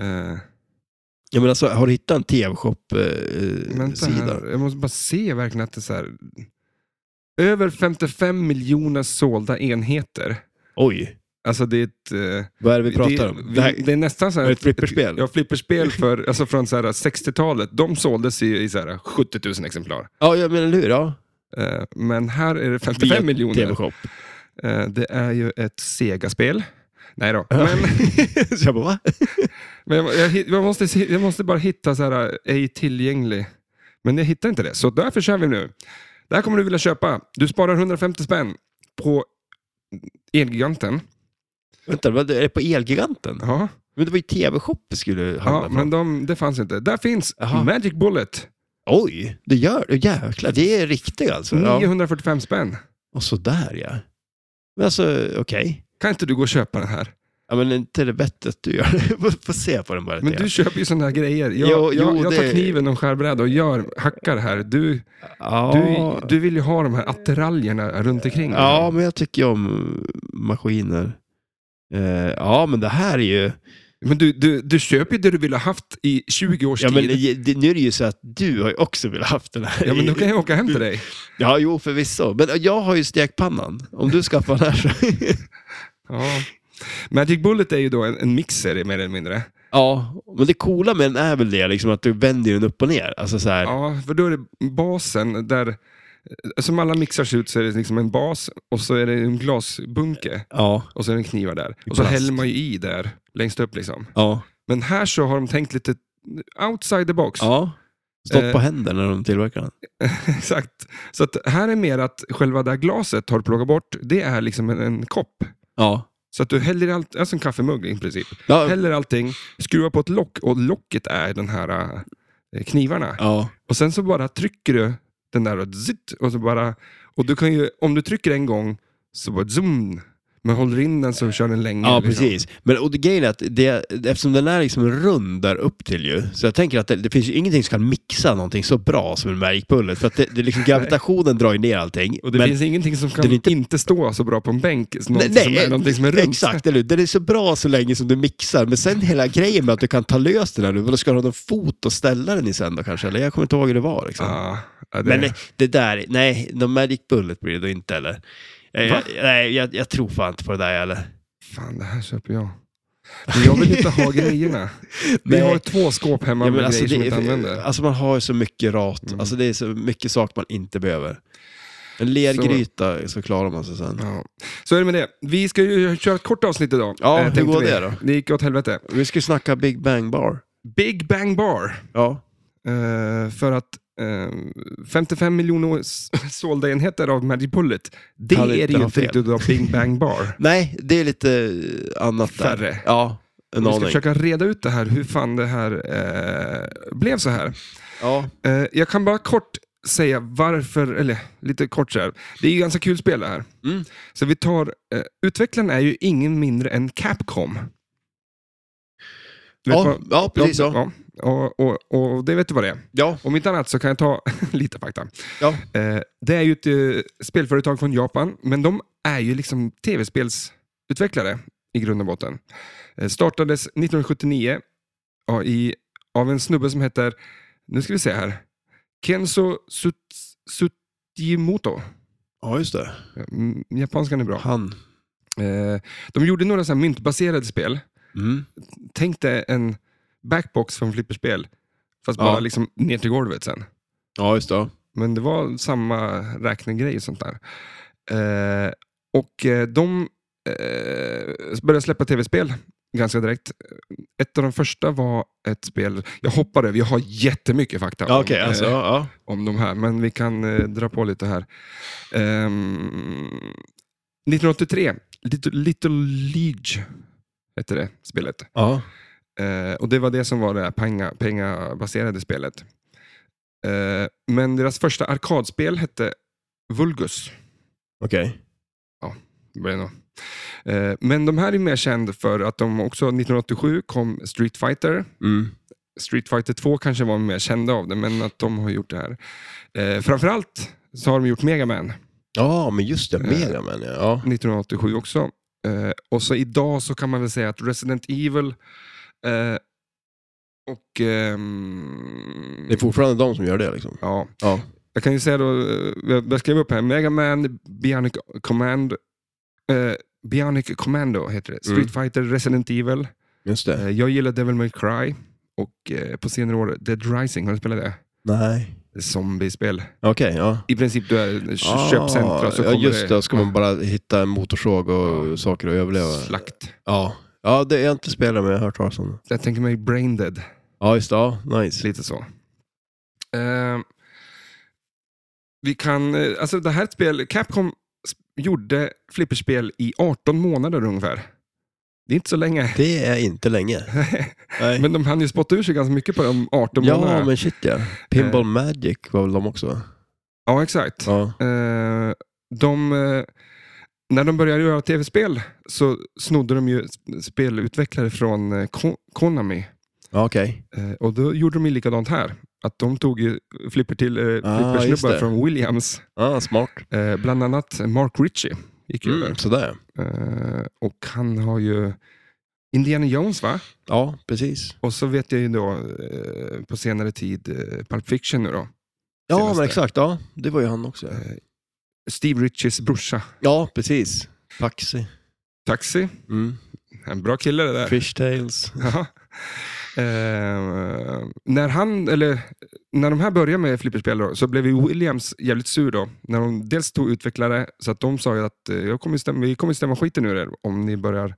Eh,
Ja, men alltså, har du hittat en eh,
vänta
TV-shop-sida?
här. Jag måste bara se verkligen att det är så här. Över 55 miljoner sålda enheter.
Oj,
Alltså det är ett... eh,
vad är det vi pratar
det,
om?
vi-
Det här,
det är nästan så här...
Är det ett flipperspel?
Ja, flipperspel för, alltså från så här 60-talet. De såldes ju i så här 70 000 exemplar.
ja, jag menar hur? Ja.
Eh, Men här är det 55
Via
miljoner.
TV-shop.
Eh, Det är ju ett Sega-spel. Nej då. Men,
Så jag bara, va?
men jag, jag, hit- jag, måste, se- jag måste bara hitta så här, eh, ej tillgänglig. Men jag hittar inte det, så därför kör vi nu. Det här kommer du vilja köpa. Du sparar 150 spänn på Elgiganten.
Vänta, vad, är det på Elgiganten?
Ja,
Men det var ju TV-shop vi skulle handla
ja
från.
men de, det fanns inte. Där finns
Jaha.
Magic Bullet.
Oj, det gör det. Jäklar, det är riktigt alltså.
Mm.
Ja.
945 spänn.
Och sådär ja. Men alltså, okej.
Kan inte du gå och köpa den här?
Ja, men inte är det bättre att du gör det. Får se på den bara.
Men
lite
du
grann.
köper ju sådana här grejer. Jag,
Jo, jo,
jag, jag tar
det-
kniven och skärbräda och gör, hackar här. Du,
ja.
du, du vill ju ha de här attiraljerna runt omkring.
Ja, men jag tycker ju om maskiner. Eh, ja, men det här är ju...
Men du, du, du köper ju det du ville ha haft i 20 års
Ja, men
tid.
det, nu är det ju så att du har ju också velat haft den här.
Ja, men då kan jag åka hem till dig.
ja, jo, förvisso. Men jag har ju stekpannan. Om du skaffar den här så...
Ja. Magic Bullet är ju då en, en mixer mer eller mindre.
ja, men det coola med den är väl det, liksom att du vänder den upp och ner. Alltså så här...
Ja, för då är det basen där, eh, som alla mixar ser ut så är det liksom en bas och så är det en glasbunke
Ja.
och så är det en knivar där.
I
Och så
plast.
häller man ju i där längst upp liksom.
Ja.
Men här så har de tänkt lite outside the box.
ja. Stoppa
Eh.
händer när de tillverkar den.
Exakt. Så att här är mer att själva det här glaset har du plockat bort, det är liksom en, en kopp.
Ja.
Så att du häller i allt, alltså en kaffemugg i princip.
Ja.
häller allting, skruvar på ett lock och locket är den här eh, knivarna.
ja.
Och sen så bara trycker du den där och zitt, och så bara... Och du kan ju, om du trycker en gång så bara zoom. Men håller in den så kör den länge.
Ja,
liksom.
precis. Men och det, grejen är att det, eftersom den är liksom rund där upp till ju, så jag tänker att det, det finns ju ingenting som kan mixa någonting så bra som en Magic Bullet. För att det, det är liksom, gravitationen drar ju ner allting.
Och det
men,
finns ingenting som kan
Den är
inte...
inte-
stå så bra på en bänk. som
Nej,
Någonting,
nej,
som, är, någonting som är runt.
Exakt, eller hur? Den är så bra så länge som du mixar. Men sen hela grejen med att du kan ta lös den här nu, men då ska du ha någon fot att ställa den i sen då kanske. Eller jag kommer inte ihåg hur det var. Liksom.
Ja, ja, det...
Men nej, det där, nej, no Magic Bullet blir det då inte eller? Eh,
Va?
jag- nej, jag, jag tror fan inte på det där eller.
Fan, det här köper jag. Men jag vill inte ha grejerna. Vi
Nej.
har två skåp hemma
Ja,
med
men alltså,
grejer som vi inte
det,
använder.
alltså man har ju så mycket rat,
Mm.
alltså det är så mycket saker man inte behöver. En lergryta så, klarar man sig sen.
Ja. Så är det med det. Vi ska ju köra ett kort avsnitt idag. eh,
Ja, hur
tänkte
går
vi.
det då?
Det gick åt helvete.
Vi ska ju snacka Big Bang Bar.
Big Bang Bar.
Ja.
Eh, för att eh, 55 miljoner s- sålda enheter av Magic Bullet, det
Hade
är
inte
ju
haft
inte
fel.
riktigt av Big Bang Bar.
Nej, det är lite eh, annat där.
Färre.
Ja, en
Vi ska
aning.
försöka reda ut det här, hur fan det här eh, blev så här.
Ja.
Eh, jag kan bara kort säga varför, eller lite kort så här. Det är ju ganska kul spel det här.
Mm.
Så vi tar, eh, utvecklaren är ju ingen mindre än Capcom. Du vet
Ja,
vad-
ja, precis så.
Ja, och, och, och det vet du vad det är.
Ja.
Om inte annat så kan jag ta lite fakta.
Ja.
Eh, det är ju ett eh, spelföretag från Japan, men de är ju liksom tv-spelsutvecklare i grund och botten. Eh, startades 1979 ja, i, av en snubbe som heter, nu ska vi se här, Kenzo Suts- Tsujimoto.
ja, just det.
Mm, Japanskan är bra.
Han.
Eh, de gjorde några så här myntbaserade spel.
Mm.
Tänk dig en backbox från flipperspel, fast
Ja.
bara liksom ner till golvet sen.
Ja, just det.
Men det var samma räknegrej och sånt där. Eh, och eh, de eh, började släppa tv-spel ganska direkt. Ett av de första var ett spel, jag hoppar över, jag har jättemycket fakta
Ja,
om,
okej, alltså,
eh,
ja, ja.
om de här, men vi kan eh, dra på lite här. Ehm, 1983, Little, Little League hette det spelet.
Ja.
Eh, och det var det som var det här penga, pengabaserade spelet. Eh, men deras första arkadspel hette Vulgus.
Okej.
Bueno. Eh, men de här är mer kända för att de också 1987 kom Street Fighter.
Mm.
Street Fighter 2 kanske var mer kända av det, men att de har gjort det här. Eh, framförallt så har de gjort Mega Man
Ja, men just det. Mega
Eh.
Man, ja. ja.
1987 också. Eh, och så idag så kan man väl säga att Resident Evil eh, och... ehm,
Det är fortfarande de som gör det liksom.
ja,
Ja.
Jag kan ju säga då, eh, jag jag skrev upp här, Mega Man, Bionic Command, eh, Bionic Commando heter det, Street
Mm.
Fighter, Resident Evil.
Just det.
Eh, jag gillar Devil May Cry och eh, på senare år Dead Rising, har du spelat det?
Nej.
Det är Zombiespel.
Okej, ja.
I princip du är i kö- köpcentra så
Ah, ja,
kommer
just det. Då ska man
ja,
bara hitta en motorsåg och
Ja.
saker att överleva.
slakt.
Ja. ja, det är jag inte spelat men jag har hört talas om det.
Jag tänker mig Brain Dead,
Ja, just det. Ja, nice.
lite så. Eh, vi kan, eh, alltså det här är ett spel, Capcom sp- gjorde flipperspel i 18 månader ungefär. Det är inte så länge.
Det är inte länge. Nej.
Men de hann ju spotta ur sig ganska mycket på de Eh. 18
ja,
månaderna.
men shit ja. Pinball Magic var väl de också? va?
Ja, exakt.
Ja.
Eh, de, eh, när de började göra tv-spel så snodde de ju sp- spelutvecklare från eh, Ko- Konami.
ja Okej.
Eh, och då gjorde de ju likadant här. Att de tog ju flipper till eh,
Ah, just
flippersnubbar
det.
från Williams.
Ja, smart.
Eh, bland annat Mark Ritchie gick ju
Mm,
över.
sådär.
Eh, och han har ju Indiana Jones va?
Ja, precis.
Och så vet jag ju då eh, på senare tid eh, Pulp Fiction nu då.
Ja,
Senaste.
men exakt. Ja, det var ju han också. ja.
Eh, Steve Richies brorsa.
Ja, precis. Taxi.
Taxi.
Mm.
En bra kille det där.
Fishtails.
Ja. Eh, när, han, eller, när de här började med flipperspel då, så blev ju Williams jävligt sur. då. När de dels tog utvecklare, så att de sa ju att eh, jag kommer stämma, vi kommer stämma skiten ur er om ni börjar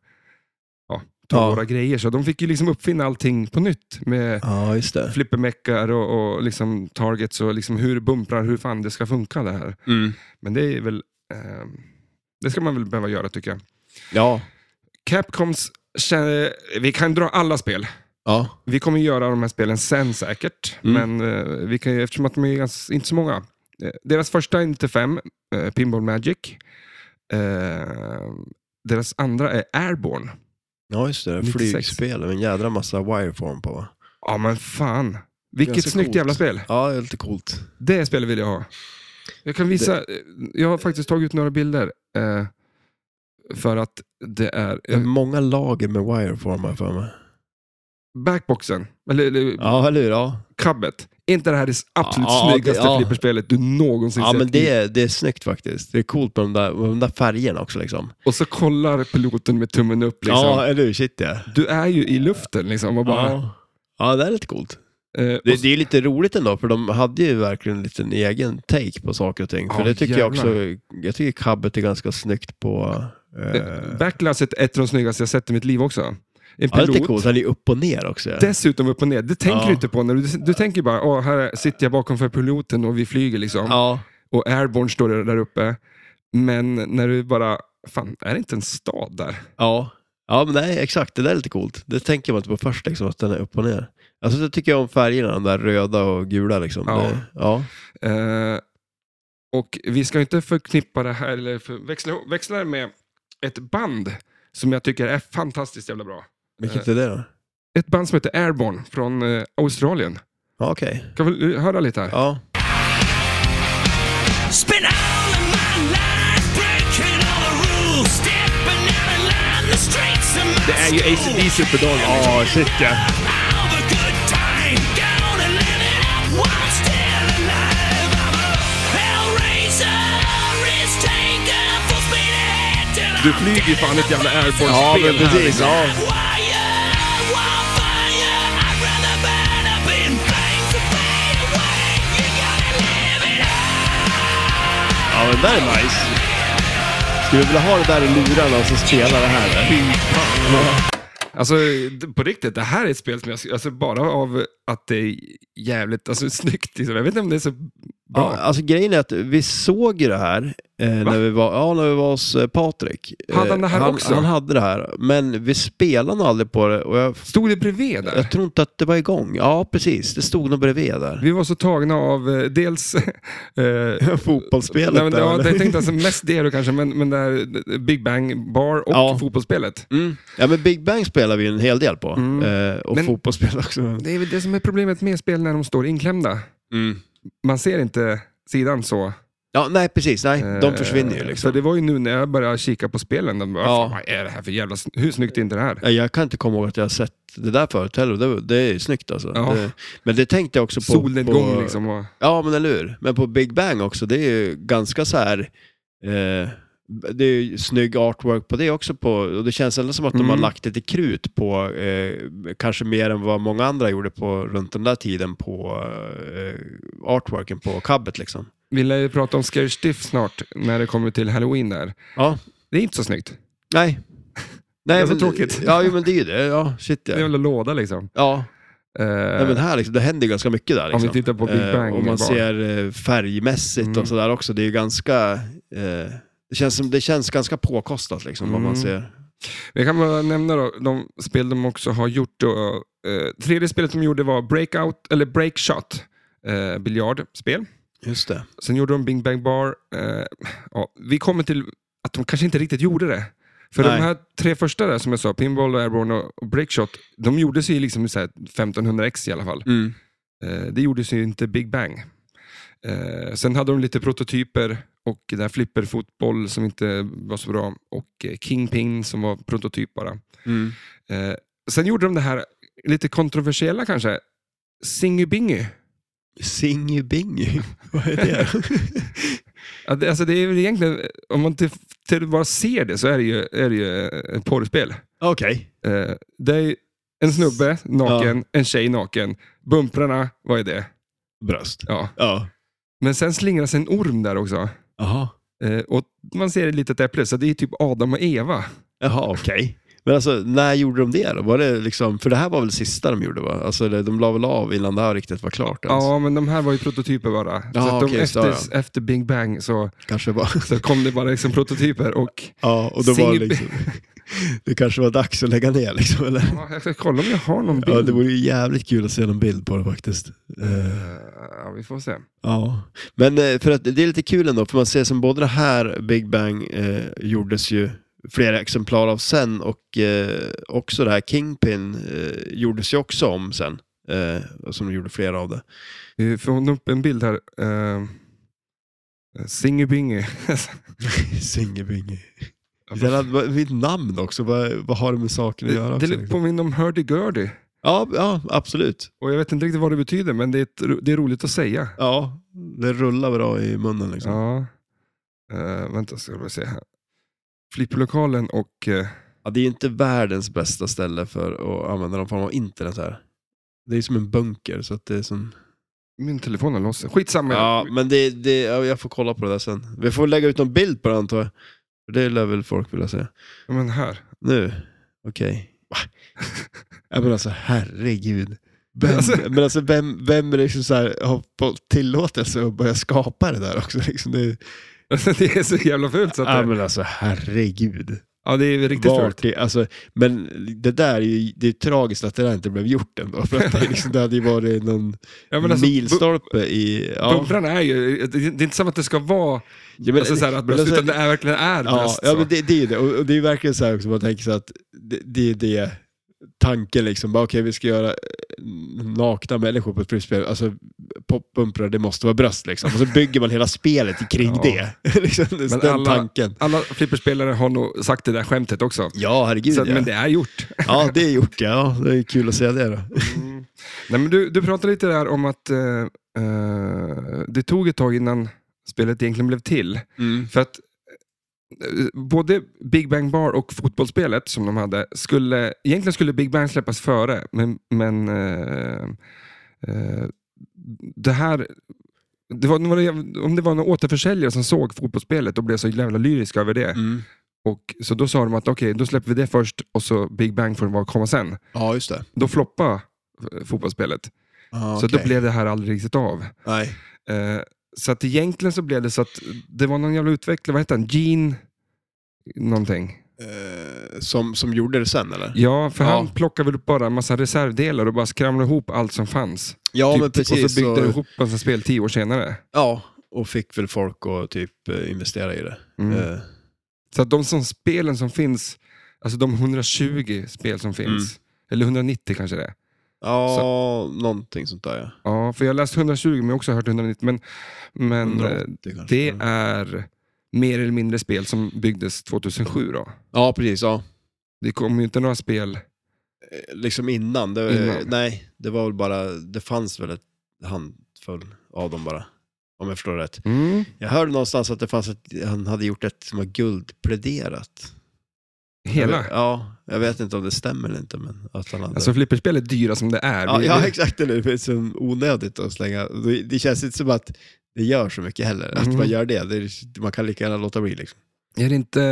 ja, ta
Ja.
våra grejer. Så de fick ju liksom uppfinna allting på nytt med
Ja, just det.
flippermeckar och, och liksom targets och liksom hur bumprar, hur fan det ska funka det här.
Mm.
Men det är väl, eh, det ska man väl behöva göra tycker jag.
Ja.
Capcoms, kä- vi kan dra alla spel.
Ja.
Vi kommer göra de här spelen sen säkert,
Mm.
men eh, vi kan, ju- eftersom att de är gans- inte så många. Eh, Deras första är 95, eh, Pinball Magic. Eh, Deras andra är Airborne.
Ja, just det.
96.
Flygspel med en jädra massa wireform på va?
Ja, men fan. Vilket
Ganska
snyggt
coolt.
jävla spel.
Ja, det är lite coolt.
Det spelet vill jag ha. Jag kan visa. eh, Jag har faktiskt tagit ut några bilder. Eh, för att det är... eh,
Det är många lager med wireform här för mig.
backboxen, eller, eller
Ja, eller hur? Ja,
cubbet. Är inte det här det absolut
Ja,
snyggaste
det- ja.
flipperspelet du någonsin
ja
sett?
men
i-
det är, det är snyggt faktiskt. Det är coolt med de där, med de där färgerna också liksom.
Och så kollar piloten med tummen upp. Liksom.
Ja, eller hur? Shit ja.
Du är ju i luften liksom. Och bara,
Ja. ja, det är lite coolt.
eh, och
Det,
s-
det är lite roligt ändå, för de hade ju verkligen en liten egen take på saker och ting. För
Ja,
det tycker jag också,
jävlar.
jag tycker cabbet är ganska snyggt på... Eh,
eh, Backlasset är ett av de snyggaste jag sett i mitt liv också. En
ja, det är
pilot.
lite coolt. Den är ju upp och ner också. Ja.
Dessutom upp och ner. Det tänker
Ja.
du inte på. När du, du tänker bara, Åh, här sitter jag bakom för piloten och vi flyger liksom.
ja.
Och Airborne står där där uppe. Men när du bara, fan, är det inte en stad där?
Ja. ja, men nej, exakt. Det där är lite coolt. Det tänker man inte på först, liksom, att den är upp och ner. Alltså, det tycker jag om färgerna, de där röda och gula. Liksom.
Ja.
Det, ja.
Eh, och vi ska inte förknippa det här, eller förväxla, växla det med ett band som jag tycker är fantastiskt jävla bra. Eh.
Vilket är det då?
Ett band som heter Airborne från eh, Australien.
Ja, okej.
Kan vi eh, höra lite här?
Ja.
Spent all of my life breaking all the rules, stepping out of line, the streets of my
Det är ju
school.
ACDC på dagen.
Ja, shit ja.
All the good time, gone and living out while I'm still alive. I'm a hellraiser, risk taker, full speed ahead till
Du
I'm
flyger ju fan ett jävla
Ja,
Airborne-spel
men
här.
precis.
liksom.
Ja.
wired, wildfire. I'd rather burn up in flames than fade away. You gotta live it up.
ja, men det där är nice. Skulle vilja ha det där i lurarna och så spela det här. eller?
Alltså, d- på riktigt, det här är ett spel som jag... sk- Alltså, bara av att det är jävligt alltså, snyggt. Liksom. Jag vet inte om det är så
Ja,
bra.
alltså grejen är att vi såg ju det här eh,
Va?
när, vi var, ja, när vi var hos eh, Patrik. Eh,
Hade han det här
han,
också?
Han hade det här, men vi spelade nog aldrig på det. Och jag,
Stod det bredvid där?
jag tror inte att det var igång. Ja, precis. Det stod nog bredvid där.
Vi var så tagna av eh, dels... eh,
Fotbollsspelet
Nej, men,
där,
ja,
eller?
jag tänkte alltså mest det då kanske, men, men det här Big Bang Bar och
Ja.
fotbollsspelet.
Mm. Ja, men Big Bang spelar vi ju en hel del på. Eh, och
Mm. Men-
fotbollsspel också.
Det är väl det som är problemet med spel när de står inklämda.
Mm.
Man ser inte sidan så.
Ja, nej, precis. Nej, de
Eh,
försvinner ju liksom.
Så det var ju nu när jag började kika på spelen, de bara,
Ja.
"Fan, vad är det här för jävla... sn- Hur snyggt är inte det här?
Ja, Jag kan inte komma ihåg att jag har sett det där förut heller. Det, det är ju snyggt alltså.
Ja.
Det, men det tänkte jag också på.
Solnedgång
på,
liksom. Och,
Ja, men eller hur. Men på Big Bang också, det är ju ganska så här... Eh, det är ju snygg artwork på det också. På, och det känns ändå som att de
Mm.
har lagt lite krut på, eh, kanske mer än vad många andra gjorde på, runt den där tiden på eh, artworken på cabbet liksom.
vi lär ju prata om Scare Stiff snart, när det kommer till Halloween där.
Ja,
Det är inte så snyggt.
nej. nej
Det är så
men-
tråkigt.
Ja, jo, men det är ju det. Ja, shit
Det är en
ja.
jävla låda liksom.
ja.
Eh,
Nej, men här liksom, det händer ju ganska mycket där.
Om
Liksom.
vi tittar på Big
Eh,
Bang.
och man
bara.
ser eh, färgmässigt
Mm.
och sådär också. Det är ju ganska... Eh, det, känns som, det känns ganska påkostat liksom, vad man
Mm.
ser.
Jag kan bara nämna då, de spel de också har gjort. Då, eh, tredje spelet de gjorde var Breakout, eller Breakshot, eh, biljardspel.
Just det.
Sen gjorde de Bing Bang Bar. Eh, ja, vi kommer till att de kanske inte riktigt gjorde det. För
Nej.
de här tre första där som jag sa, Pinball, och Airborne och och Breakshot, de gjordes ju liksom i så här 1500x i alla fall.
Mm.
Eh, det gjordes ju inte Big Bang. Eh, sen hade de lite prototyper och det här flipperfotboll som inte var så bra och eh, Kingpin som var prototyp bara.
Mm.
Eh, sen gjorde de det här lite kontroversiella kanske. Singybingy.
Singy Bingy. Vad är det?
Ja, det- Alltså det är väl egentligen, om man till, till bara ser det så är det ju, är det ju eh, ett porrspel.
Okej.
Eh, det är ju en snubbe naken, en tjej naken. Bumprarna, vad är det?
Bröst.
Ja.
Ja.
Men sen slingras en orm där också.
Jaha.
Eh, och man ser ett litet äpple, så det är typ Adam och Eva.
Jaha, okej. Men alltså, när gjorde de det då? Var det liksom, för det här var väl sista de gjorde va? Alltså, det- de la väl av innan det här riktigt var klart ens?
Ja, men de här var ju prototyper bara. så
Ja,
att de
okej, så,
efter, efter Big Bang så,
Kanske var.
så kom det bara liksom prototyper. Och,
Ja, och då var det
Singy-
liksom... Det kanske var dags att lägga ner liksom, eller?
ja, jag ska kolla om jag har någon bild.
Ja, det vore ju jävligt kul att se någon bild på det faktiskt. Eh,
Ja, vi får se.
Ja, men eh, för att det är lite kul ändå, för man ser som både det här Big Bang eh, gjordes ju flera exemplar av sen och eh, också det här Kingpin eh, gjordes ju också om sen. Eh, som de gjorde flera av det.
Eh, Får hon upp en bild här? Uh, Singibingy.
Singebingy. Den hade mitt namn också, vad, vad har det med saken att göra?
det
också,
det
liksom?
påminner om hurdy-gurdy.
ja, ja, absolut.
Och jag vet inte riktigt vad det betyder, men det är, ett, ro- det är roligt att säga.
Ja, det rullar bra i munnen liksom. Ja,
Ja. Eh, vänta, ska vi se här. Flipplokalen och... eh,
det är ju inte världens bästa ställe för att använda någon form av internet här. Det är som en bunker, så att det är som...
min telefon har lossat. Skitsamma.
Ja, men det, det, ja, jag får kolla på det där sen. Vi får lägga ut någon bild på det antar jag. För det lär väl folk vilja se.
Ja, Men här.
Nu, okej. Va? Ja, men alltså herregud. Vem,
Alltså-
men alltså, vem, vem är det som så här, har fått tillåtelse att börja skapa det där också? Liksom det, är-
det är så jävla fult. Så att
ja,
det,
men alltså herregud.
ja, det är riktigt fult.
Vart det, alltså, men det där är ju det är tragiskt att det där inte blev gjort ändå. För att det, är liksom, det hade ju varit någon
Ja, men alltså, bu-
milstolpe i... Ja.
Bumprarna är ju... Det det är inte som att det ska vara
Ja, men-
alltså, så här, att
men
bröst,
alltså-
utan det är, verkligen är
Ja,
bröst.
ja
så.
men det, det är ju det. Och, och det är ju verkligen så här också, man tänker sig att det, det är det tanken liksom. Bara, Okej, vi ska göra eh, nakna människor på ett flipspel. Alltså, poppumprar, det måste vara bröst liksom. Och så bygger man hela spelet kring
Ja.
det. liksom, det är
Men
den
alla-
tanken.
Alla flipperspelare har nog sagt det där skämtet också.
Ja, herregud
Så, att-
ja.
Men det är gjort.
ja. det är gjort ja. Det är kul att säga det då.
Nej, men du, du pratade lite där om att eh, eh, det tog ett tag innan spelet egentligen blev till. För att eh, både Big Bang Bar och fotbollsspelet som de hade, skulle, egentligen skulle Big Bang släppas före, men, men eh, eh, det här det var, det var- om det var någon återförsäljare som såg fotbollsspelet och blev så jävla lyrisk över det.
Mm.
Och, så då sa de att okej, då släpper vi det först och så Big Bang får vara komma sen.
Ja, just det.
Då floppade eh, fotbollsspelet.
Ja,
Så
Ah, okej.
då blev det här aldrig riktigt av.
Nej.
Eh, så att egentligen så blev det så att det var någon jävla utvecklare, vad hette han? Gene någonting.
Eh, som, som gjorde det sen eller?
Ja, för
Ja.
han plockade väl upp bara en massa reservdelar och bara skramlade ihop allt som fanns.
Ja,
Typ. Och så byggde han ihop en sån spel tio år senare.
Ja, och fick väl folk att typ eh, investera i det.
Mm.
Eh,
Så att de som spelen som finns, alltså de 120 spel som finns,
Mm.
eller 190 kanske det är.
Ja, någonting sånt där ja.
Ja, för jag har läst 120 men jag har också hört 190. Men, men eh,
180 kanske.
det är mer eller mindre spel som byggdes 2007 då.
Ja, precis. Ja.
Det kom ju inte några spel
Eh, Liksom innan. Det,
Innan.
Nej, det var väl bara, det fanns väl ett handfull av dem bara. Om jag förstår rätt.
Mm.
Jag hörde någonstans att det fanns ett, han hade gjort ett som var guldpläderat. Jag
Hela?
vet- Ja, jag vet inte om det stämmer eller inte. Men att han hade...
Alltså flipperspel är dyra som det är.
ja,
Vi-
ja, exakt. eller hur? Det är som onödigt att slänga. Det, det känns inte som att det gör så mycket heller. Att
Mm.
man gör det. det är, man kan lika gärna låta bli liksom.
Är det inte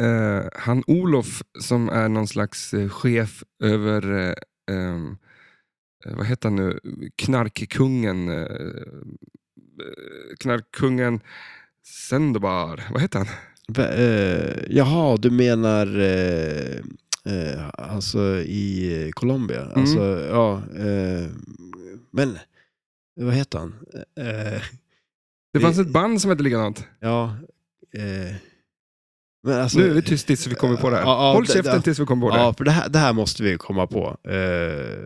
eh, han Olof som är någon slags eh, chef över, eh, ehm, eh, vad heter han nu, knarkkungen, eh, eh, knarkkungen Sendobar, vad heter han?
Va- eh, jaha, du menar eh, eh, alltså i eh, Colombia? Alltså, ja. Eh, men, vad heter han? Eh,
Det fanns
Det- Alltså,
ett band som hette likadant.
ja. Eh, men alltså,
nu är vi tyst tills vi kommer på det här.
Ja, ja,
Håll
det-
käften
ja.
tills vi kommer på det.
Ja, för det här, det här måste vi komma på. Eh,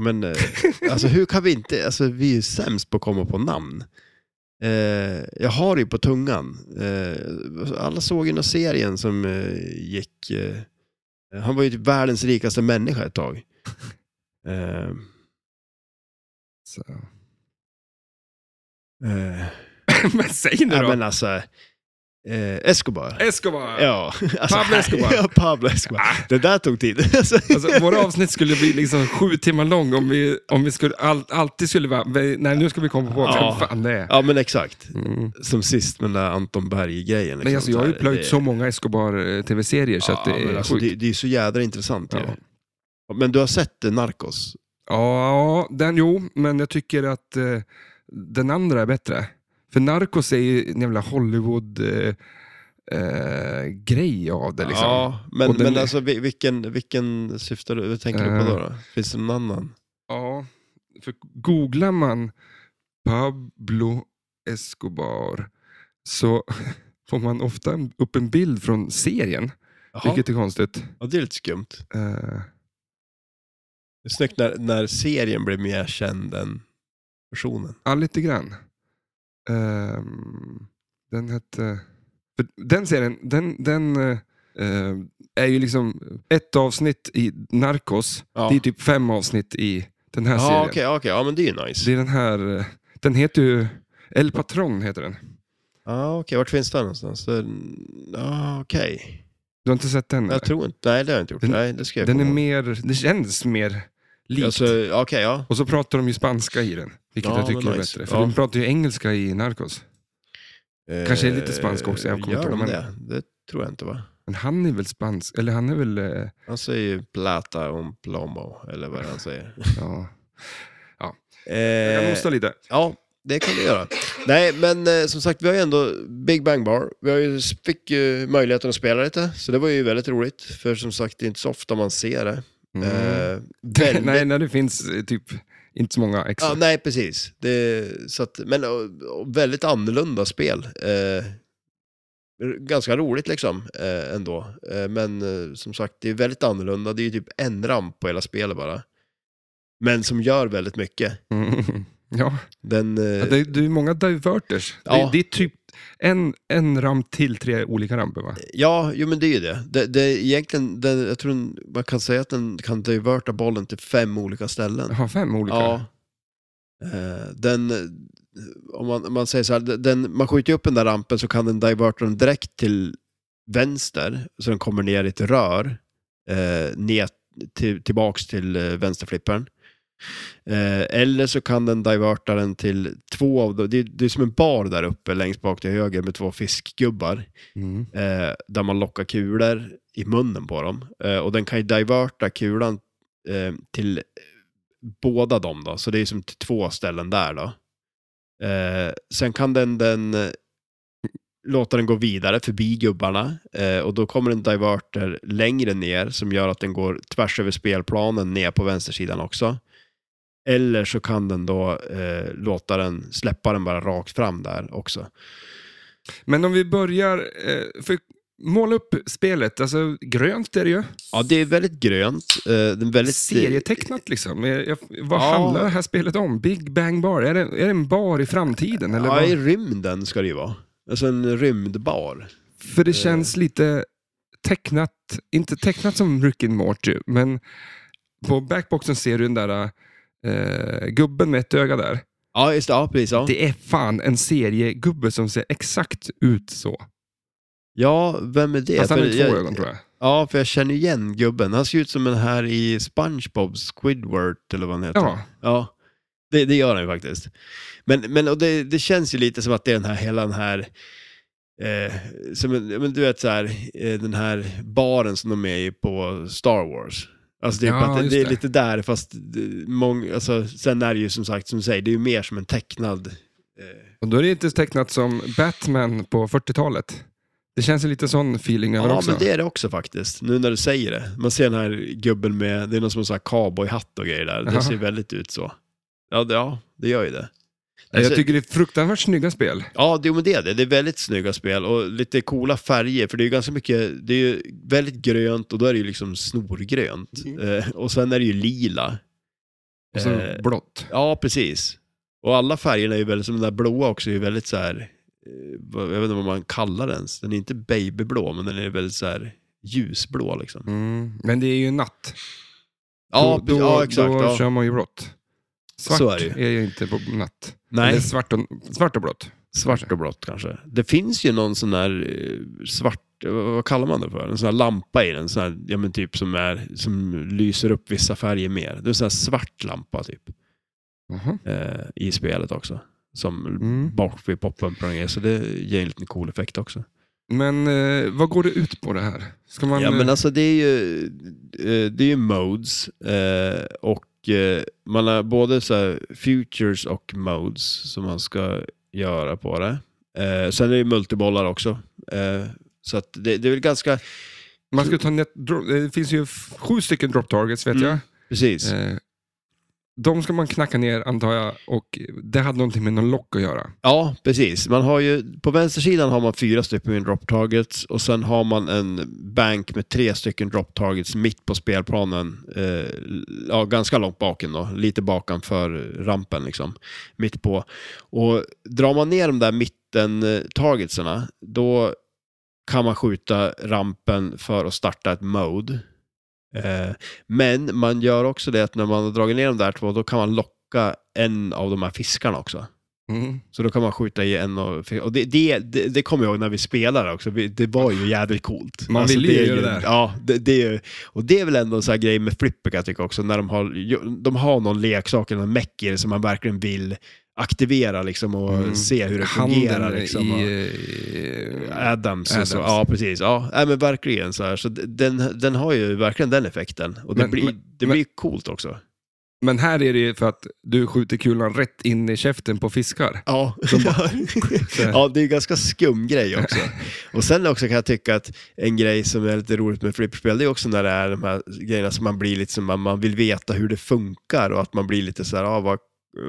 men eh, alltså hur kan vi inte, alltså vi är ju sämst på att komma på namn. Eh, jag har det ju på tungan. Eh, alla såg ju den här serien som eh, gick, eh, han var ju typ världens rikaste människa ett tag. Eh,
Så.
eh,
men säg nu
ja,
då!
men alltså, eh, Escobar.
Escobar!
Ja, alltså,
Pablo Escobar. Ah.
Ja, Pablo Escobar. Det där tog tid. Alltså,
Alltså, våra avsnitt skulle bli liksom sju timmar lång om vi, om vi skulle all, alltid skulle vara... vi- Nej, nu ska vi komma på
Ja.
vem fan det är.
ja, men exakt.
Mm.
Som sist med den där Anton Berg-grejen.
Men
liksom,
alltså, jag har ju
här,
plöjt
det-
så många Escobar-tv-serier så att det
Ja,
är
men alltså,
sjukt.
det, det är så jädra intressant ju.
Ja.
Men du har sett eh, Narcos?
ja, den jo, men jag tycker att eh, den andra är bättre. För Narcos är ju en jävla Hollywood-grej eh, grej av det liksom. Ja.
Ja, men,
Och den
men
är- Eh.
alltså vi- vilken, vilken syftar du, vad tänker du på då, då? Finns det någon annan?
För googlar man Pablo Escobar så får man ofta en- upp en bild från serien.
Jaha.
vilket är konstigt.
Ja, det är lite skumt.
Eh,
Det är snyggt när, när serien blir mer känd än personen.
Ja, lite grann. Ehm, den hette... För den serien, den, den eh, eh, är ju liksom ett avsnitt i Narcos.
Ja,
Det är typ fem avsnitt i den här
ja
serien.
okej, okej. Ja, men det är ju nice.
Det är den här... eh, Den heter ju... El Patron heter den.
Ja, okej. Vart finns den någonstans? Den... Ja, okej.
Du har inte sett den?
Jag
eller?
tror inte... Nej, det har jag inte gjort.
Den-
nej, det ska jag
Den är
komma ihåg.
mer... Det känns mer likt.
Alltså, okej, ja.
Och så pratar de ju spanska i den. Vilket
Ja,
jag tycker
men
är
nice.
bättre. För
Ja.
de pratar ju engelska i Narcos. Kanske är lite spansk också, jag kommer
gör
inte
de
ihåg,
det? Eh, Det tror jag inte, va?
Men han är väl spansk? Eller han är väl... eh,
Han säger ju plata om plomo, eller vad han säger.
Ja. Jag
eh,
måste lite.
ja, det kan du göra. Nej, men eh, som sagt, vi har ju ändå Big Bang Bar. Vi har ju, fick ju möjligheten att spela lite, så det var ju väldigt roligt. För som sagt, det är inte så ofta man ser det.
Mm.
Eh, väldigt...
Nej, när det finns eh, typ inte så många ex.
Ja, nej, precis. Det, så att, men och, och väldigt annorlunda spel. Eh, ganska roligt liksom eh, ändå. Eh, men eh, som sagt, det är väldigt annorlunda. Det är ju typ en ramp på hela spelet bara. Men som gör väldigt mycket.
Mm. Ja,
Den, eh,
ja, det, det är många diverters.
Ja.
Det, det är typ en, en ramp till tre olika ramper va?
Ja, jo men det är ju det. det, det är egentligen, det, jag tror den- man kan säga att den kan diverta bollen till fem olika ställen.
Har fem olika?
Ja. Eh, Den, eh, om man, om man säger så här, den, man skjuter ju upp den där rampen så kan den diverta den direkt till vänster, så den kommer ner i ett rör, eh, ner till, tillbaks till eh, vänsterflippern. Eh, eller så kan den diverta den till två av dem, det, är- det är som en bar där uppe längst bak till höger med två fiskgubbar
Mm.
eh, där man lockar kulor i munnen på dem. Eh, och den kan ju diverta kulan eh, till båda dem då, så det är som till två ställen där då. Eh, sen kan den, den eh, låta den gå vidare förbi gubbarna eh, och då kommer en diverter längre ner som gör att den går tvärs över spelplanen ner på vänstersidan också. Eller så kan den då eh, låta den släppa den bara rakt fram där också.
Men om vi börjar, eh, för måla upp spelet, alltså grönt är det ju.
Ja, det är väldigt grönt. Eh, det är väldigt,
Serietecknat liksom. Eh, Jag, vad
Ja.
handlar det här spelet om? Big Bang Bar, är det, är det en bar i framtiden? Eller
Ja, i
vad?
rymden ska det ju vara. Alltså en rymdbar.
För det känns lite tecknat, inte tecknat som Rick and Morty, men på backboxen ser du den där eh, gubben med ett öga där.
Ja, just det. Ja, precis. Ja,
Det är fan en seriegubbe som ser exakt ut så.
ja vem är det?
Fast han har
För
ju två
jag,
ögon tror jag.
Ja, för jag känner igen gubben. Han ser ut som den här i SpongeBob Squidward, eller vad han heter.
Ja,
Ja, det, det gör den ju faktiskt. Men, men och det, det känns ju lite som att det är den här, hela den här, eh, som, en- ja, men du vet så här, eh, den här baren som de är i på Star Wars. Alltså typ
Ja,
att det,
just
det är
det.
lite där, fast det- mång, alltså, sen är det ju som sagt, som du säger, det är ju mer som en tecknad... Eh,
och då är det inte tecknat som Batman på 40-talet. Det känns en lite sån feeling över
ja,
också.
men det är det också faktiskt, nu när du säger det. Man ser den här gubben med, det är någon som har så här cowboyhatt och grejer där. Det
Jaha.
ser väldigt ut så. Ja, det, ja, det gör ju det. alltså-
Jag tycker det är fruktansvärt snygga spel.
Ja, det, men det är det. Det är väldigt snygga spel och lite coola färger. För det är ju ganska mycket, det är ju väldigt grönt och då är det ju liksom snorgrönt.
Mm.
Eh, och sen är det ju lila.
Och så
Eh,
blått.
ja, precis. Och alla färgerna är ju väldigt, som den där blåa också, är ju väldigt så här, eh, vad- jag vet inte vad man kallar den ens. Den är inte babyblå, men den är väldigt så här ljusblå liksom.
Mm. Men det är ju natt.
Ja,
då,
då,
då,
ja exakt.
Då
ja.
kör man ju blått. Svart
Så
är,
är det ju.
ju inte på natt. Eller
Nej,
svart och, svart och blått.
svart och blått kanske. Det finns ju någon sån där eh, svart, vad vad kallar man det för? En sån här lampa i den, sån här, ja men typ som, är, som lyser upp vissa färger mer. Det är en sån här svart lampa typ
Jaha.
eh, i spelet också. Som
Mm.
bak vid poppumpen är, så det ger en liten cool effekt också.
Men eh, vad går det ut på det här? Ska man,
ja men
eh,
alltså det är ju, eh, det är ju modes eh, och eh, man har både så här futures och modes som man ska göra på det. Eh, Sen är det ju multibollar också. Eh, Så att det, det är väl ganska,
man eh, ska ta net, dro- det finns ju f- sju stycken drop targets vet
Mm,
jag.
precis.
Eh, de ska man knacka ner antar jag och det hade någonting med någon lock att göra.
Ja, precis. Man har ju, på vänstersidan har man fyra stycken med drop targets och sen har man en bank med tre stycken drop targets mitt på spelplanen. Eh, ja, ganska långt baken då, lite bakanför rampen liksom. Mitt på. Och drar man ner de där mitten targetserna, då kan man skjuta rampen för att starta ett mode. Eh, men man gör också det att när man har dragit ner de där två, då kan man locka en av de här fiskarna också.
Mm.
Så då kan man skjuta i en och... och det, det, det, det kommer jag ihåg när vi spelade också, Vi- det var ju jävligt coolt. Alltså,
Man ville ju
det är
göra det där.
Ja, det, det är ju... Och det är väl ändå en sån här grej med flipper kan jag tycka också, när de har, de har någon leksak eller någon meck i det som man verkligen vill aktivera liksom och
Mm.
se hur det fungerar. Liksom, och...
i... eh,
Adams, och Så,
Adams.
ja precis. Ja, nej, men verkligen så här. Så d- den, den har ju verkligen den effekten. Och det,
Men-
blir,
men-
det
men-
blir coolt också.
Men här är det ju för att du skjuter kulan rätt in i käften på fiskar.
Ja,
här.
ja det är en ganska skum grej också. Och sen också kan jag tycka att en grej som är lite roligt med flipperspel, det är också när det är de här grejerna som man blir lite som, man- man vill veta hur det funkar och att man blir lite så här, ah, vad,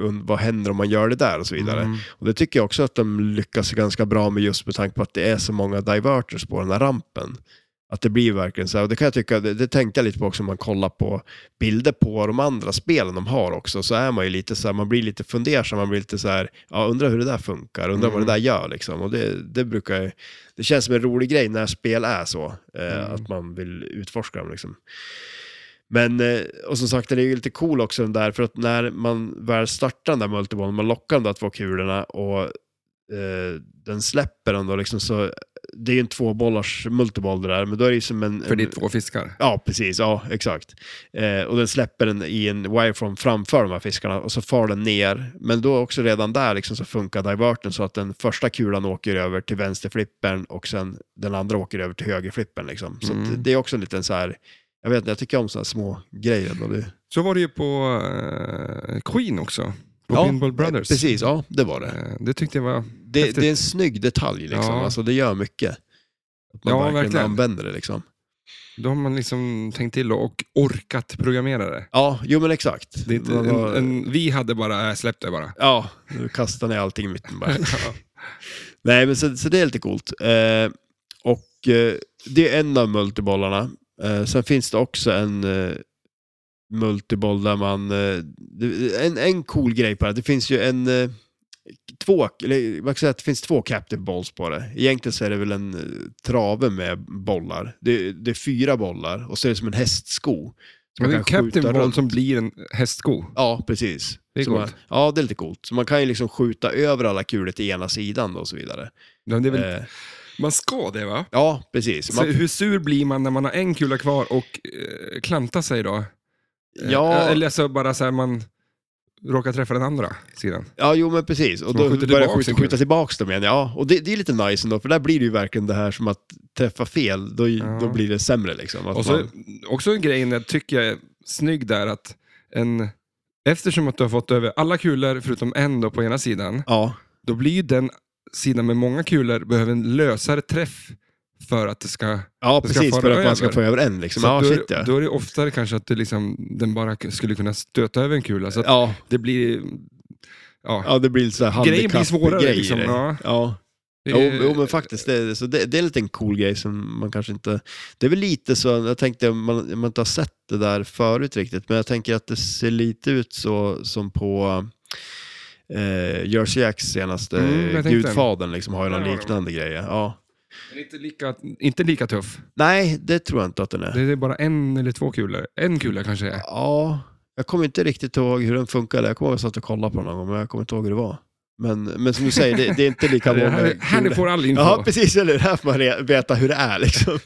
und- vad händer om man gör det där och så vidare.
Mm.
Och det tycker jag också att de lyckas ganska bra med just med tanke på att det är så många diverters på den här rampen. Att det blir verkligen så här, och det kan jag tycka, det, det tänkte jag lite på också om man kollar på bilder på de andra spelen de har också, så är man ju lite så här, man blir lite fundersam, man blir lite så här, ja undrar hur det där funkar, undrar vad det där gör liksom. Och det, det brukar ju, det känns som en rolig grej när spel är så, eh,
Mm.
att man vill utforska dem liksom. Men, eh, och som sagt, den är ju lite cool också den där, för att när man väl startar den där multibollen, man lockar de där två kulorna och eh, den släpper den då liksom, så det är ju en tvåbollars multiboll det där, men då är det ju som en...
För det är
en
två fiskar.
Ja, precis. Ja, exakt. Eh, och den släpper den i en wireform framför de här fiskarna och så far den ner. Men då också redan där liksom så funkar diverten så att den första kulan åker över till vänsterflippen och sen den andra åker över till högerflippen. Liksom. Så
Mm.
att det är också en liten så här, jag vet inte, jag tycker om sådana små grejer. Ändå. Det,
Så var det ju på eh, Queen också. På
Ja, eh,
Pinball Brothers.
Precis, ja det var det.
Eh, Det tyckte jag var...
Det,
Häftigt.
det är en snygg detalj liksom,
Ja.
alltså det gör mycket. Att man
Ja,
verkligen,
verkligen.
använder det liksom.
Då har man liksom tänkt till och orkat programmera det.
Ja, jo men exakt.
det är inte,
Man
en,
har-
en, vi hade bara, äh, släpp det bara.
Ja, nu kastar ni allting i mitten bara. Nej, men så, så det är lite coolt. Eh, och eh, det är en av multibollarna. Eh, sen finns det också en eh, multiboll där man... Eh, det- en, en cool grej på det. Det finns ju en... Eh, Två, eller man kan säga att det finns två captive balls på det. Egentligen så är det väl en eh, trave med bollar. Det, det är fyra bollar och så är det som en hästsko. som
Men
man
det är
kan skjuta
Captain Ball
runt.
som blir en hästsko.
Ja, precis.
Det är
Så
coolt.
Man, ja, det är lite coolt. Så man kan ju liksom skjuta över alla kulor till ena sidan då och så vidare.
Ja, Det är väl,
Eh,
man ska det va?
ja, precis.
Så
Man,
hur sur blir man när man har en kula kvar och eh, klantar sig då? Eh,
ja,
Eller så bara så här man råkar träffa den andra sidan.
ja, jo men precis. Och
Så man
då
skjuter
börjar
tillbaks liksom? en
skjuta,
kula.
skjuta tillbaka dem igen. Ja, och det, det är lite nice ändå, för där blir det ju verkligen det här som att träffa fel, då, då blir det sämre liksom. Att
Och så,
man,
också en grej jag tycker jag är snygg där att en, eftersom att du har fått över alla kulor förutom en då på ena sidan,
ja,
då blir ju den sidan med många kulor behöver en lösare träff för att det ska...
ja
Du ska
precis,
föra
för att man ska
över.
få över en liksom.
så
Ja,
att då, är-
shit ja.
då är det oftare kanske att det liksom, den bara k- skulle kunna stöta över en kula. Så att
ja.
det blir... Ja,
Ja, det blir lite så här
Grejen blir svårare,
handikappgrej i
liksom.
det.
Ja.
ja.
det
Jo,
är-
jo men faktiskt, det, så det, det är en liten cool grej som man kanske inte... Det är väl lite så, jag tänkte om man, om man inte har sett det där förut riktigt, men jag tänker att det ser lite ut så som på eh, Jersey Jacks senaste
Mm, jag
mm,
tänkte-
Gudfadern, liksom har ju
Där
någon
har de.
liknande grej. Ja.
Men Inte lika, inte lika tuff.
Nej, det tror jag inte att den är.
Det är bara en eller två kulor. En kula kanske är.
Ja, jag kommer inte riktigt ihåg hur den funkade. Jag kommer ihåg att jag satt och kollade på den någon gång, men jag kommer inte ihåg hur det var. Men, men som du säger, det, det är inte lika
Det
många
här, här ni
kulor.
får all info.
Ja, precis. Eller hur? Här får man re- veta hur det är liksom.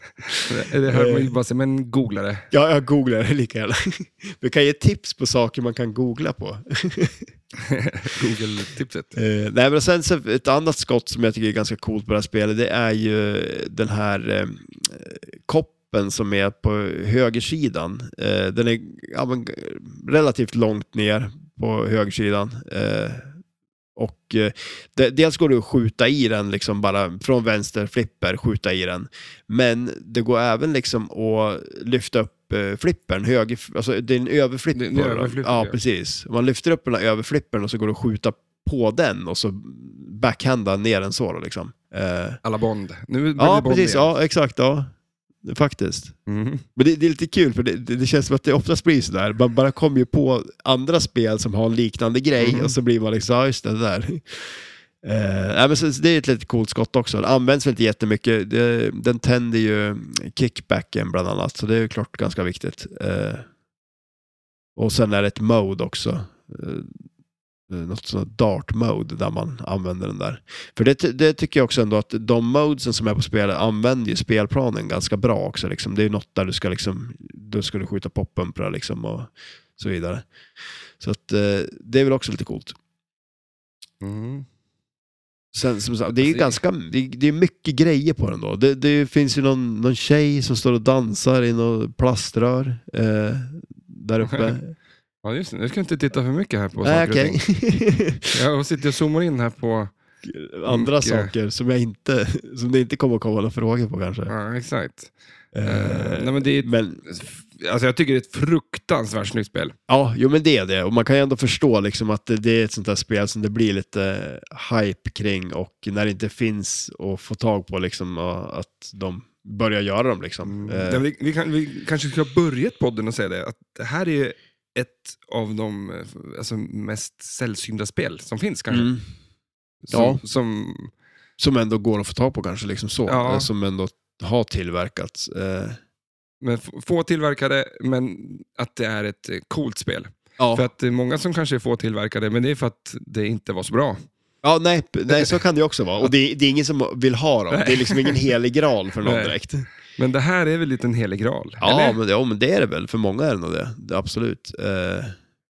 det hör man ju bara säga, men googla det.
Ja, jag googlar det lika gärna. Vi kan ge tips på saker man kan googla på.
Google-tipset.
Eh, nej, men sen så ett annat skott som jag tycker är ganska coolt på det här spelet, det är ju den här eh, koppen som är på högersidan. Eh, den är ja, men, g- relativt långt ner på högersidan. Eh, och eh, de, dels går det att skjuta i den liksom bara från vänster flipper, skjuta i den. Men det går även liksom att lyfta upp eh, flippern, höger, alltså det är en överflipp.
Det är en
på den.
överflipp,
ja,
ja.
precis. Man lyfter upp den här överflippen och så går det att skjuta på den och så backhanda ner den så då liksom. Eh,
Alla Bond. Nu blir
ja,
det Bond
precis.
igen.
Ja, exakt. Ja, faktiskt.
Mhm.
Men det, det är lite kul, för det, det, det känns som att det oftast blir sådär. Man bara kommer ju på andra spel som har en liknande grej och så blir man liksom, ja just det, det där. Eh, nej, men så, så det är ett lite coolt skott också. Det används väl inte jättemycket. Det, den tänder ju kickbacken bland annat, så det är ju klart ganska viktigt. Eh, och sen är det ett mode också. Eh, något sånt dart mode där man använder den där. För det, ty- det tycker jag också ändå att de modesen som är på spelet använder ju spelplanen ganska bra också. Liksom. Det är ju något där du ska, liksom, då ska du skjuta poppumprar liksom och så vidare. Så att, eh, det är väl också lite coolt.
Mhm.
Sen, som sagt, det är ju
Alltså,
ganska, det är, det är mycket grejer på den då. Det, det finns ju någon, någon tjej som står och dansar i något plaströr eh, där uppe.
Ja, just det. Nu ska jag inte titta för mycket här på
Nej,
saker och ting.
okej.
Jag sitter och zoomar in här på...
Andra
Mycket.
saker som jag inte, som det inte kommer att komma några frågor på kanske.
Ja, exakt.
Eh,
nej, men det är ett-
men
Alltså, jag tycker det är ett fruktansvärt snyggt spel.
Ja, jo men det är det. Och man kan ju ändå förstå liksom att det, det är ett sånt där spel som det blir lite hype kring och när det inte finns att få tag på liksom och att de börjar göra dem liksom. Eh,
Ja, vi, vi, kan, vi kanske skulle ha börjat podden och säga det, att det här är ett av de eh, alltså, mest sällsynta spel som finns kanske.
mm.
Som,
Ja.
som,
Som ändå går att få tag på kanske liksom så.
Ja.
Eh, Som ändå har tillverkats. Eh,
men f- få tillverkade, men att det är ett eh, coolt spel.
ja.
För att det är många som kanske är få tillverkade, men det är för att det inte var så bra.
ja, nej, p- nej så kan det ju också vara. Och det, det är ingen som vill ha dem. Det är liksom ingen helig graal för någon
Nej.
direkt.
Men det här är väl lite en helig graal?
Ja
eller?
men, det- ja, men det är det väl. För många är det nog det. det absolut. Eh,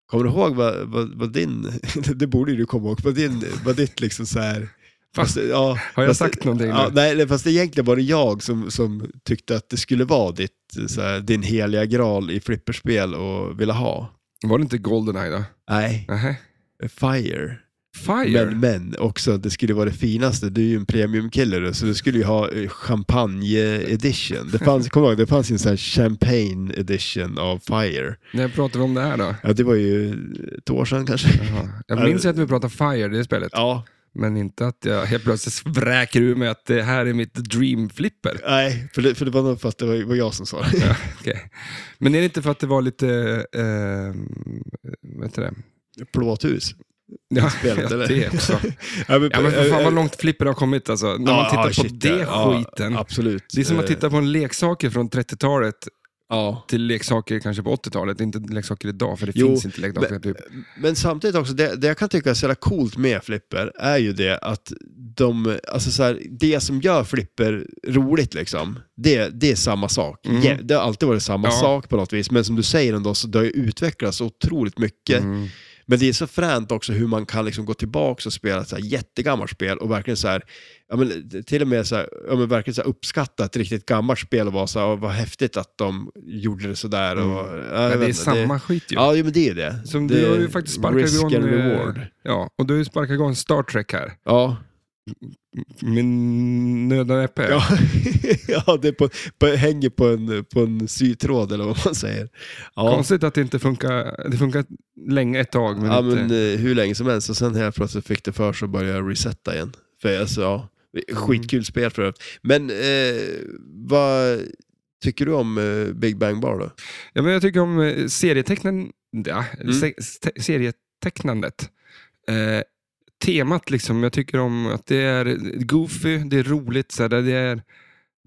kommer du ihåg vad, vad, vad din... det borde ju du komma ihåg. Vad, din, vad ditt liksom så här...
Fast-
ja,
Har jag
fast-
sagt någonting
Ja,
nu?
nej, nej, fast egentligen var det jag som, som tyckte att det skulle vara ditt, så här, din heliga graal i flipperspel och ville ha.
Var det inte Goldeneye då?
Nej,
Nähä.
Fire.
Fire?
Men, men också att det skulle vara det finaste. Du är ju en premiumkille du, så du skulle ju ha eh, champagne edition. Det fanns, kom ihåg, det fanns ju en sån här champagne edition av Fire.
När jag pratar om det här då?
Ja, det var ju ett år sedan kanske.
Jaha. Jag minns att vi pratade Fire, det spelet.
Ja,
Men inte att jag helt plötsligt vräker ur mig att det här är mitt dream flipper.
nej, för det, för det var nog för att det var, var jag som sa det.
Ja, okej. Men är det inte för att det var lite... Eh, vad heter det?
Plåthus.
Ja,
Spelet,
ja,
eller?
det också.
men,
Ja, men för fan vad långt flipper har kommit alltså. När man
Ja,
tittar
ja,
på
shit,
det
ja.
skiten.
Ja, absolut.
Det är som att
Eh,
titta på en leksaker från 30-talet
Ja.
till leksaker kanske på 80-talet. Inte leksaker idag, för det
Jo,
finns inte leksaker typ.
Men samtidigt också, det, det jag kan tycka är så jävla coolt med flipper är ju det att de, alltså så här, det som gör flipper roligt liksom, det, det är samma sak.
Mm.
Ja, det har alltid varit samma
Ja.
sak på något vis, men som du säger ändå så det har ju utvecklats så otroligt mycket.
Mm.
Men det är så fränt också hur man kan liksom gå tillbaka och spela ett så här jättegammalt spel och verkligen så här, ja men, till och med så här, ja men verkligen så här uppskatta ett riktigt gammalt spel och vara så här, "Åh, vad häftigt att de gjorde det sådär. Och, ja, jag
Mm. Men
vet
det är
inte,
samma skit ju.
Ja, jo, men det är ju det.
Som
det
du har ju faktiskt sparkat
risk
igång,
and
eh,
reward.
Ja, och du har ju sparkat igång Star Trek här.
Ja.
Min nöda näppe.
Ja. ja, det är på, på, hänger på en, på en sytråd eller vad man säger. Ja,
Konstigt att det inte funkar. Det funkar länge, ett tag, men
ja
inte...
men eh, hur länge som helst och sen helt plötsligt fick det för sig att börja resetta igen. För alltså, ja, skitkul spel för övrigt. Men eh, vad tycker du om eh, Big Bang Bar då?
Ja, men jag tycker om eh, serietecknen, ja,
Mm.
se, te, serietecknandet. Eh, temat, liksom, jag tycker om att det är goofy, det är roligt, så här, det är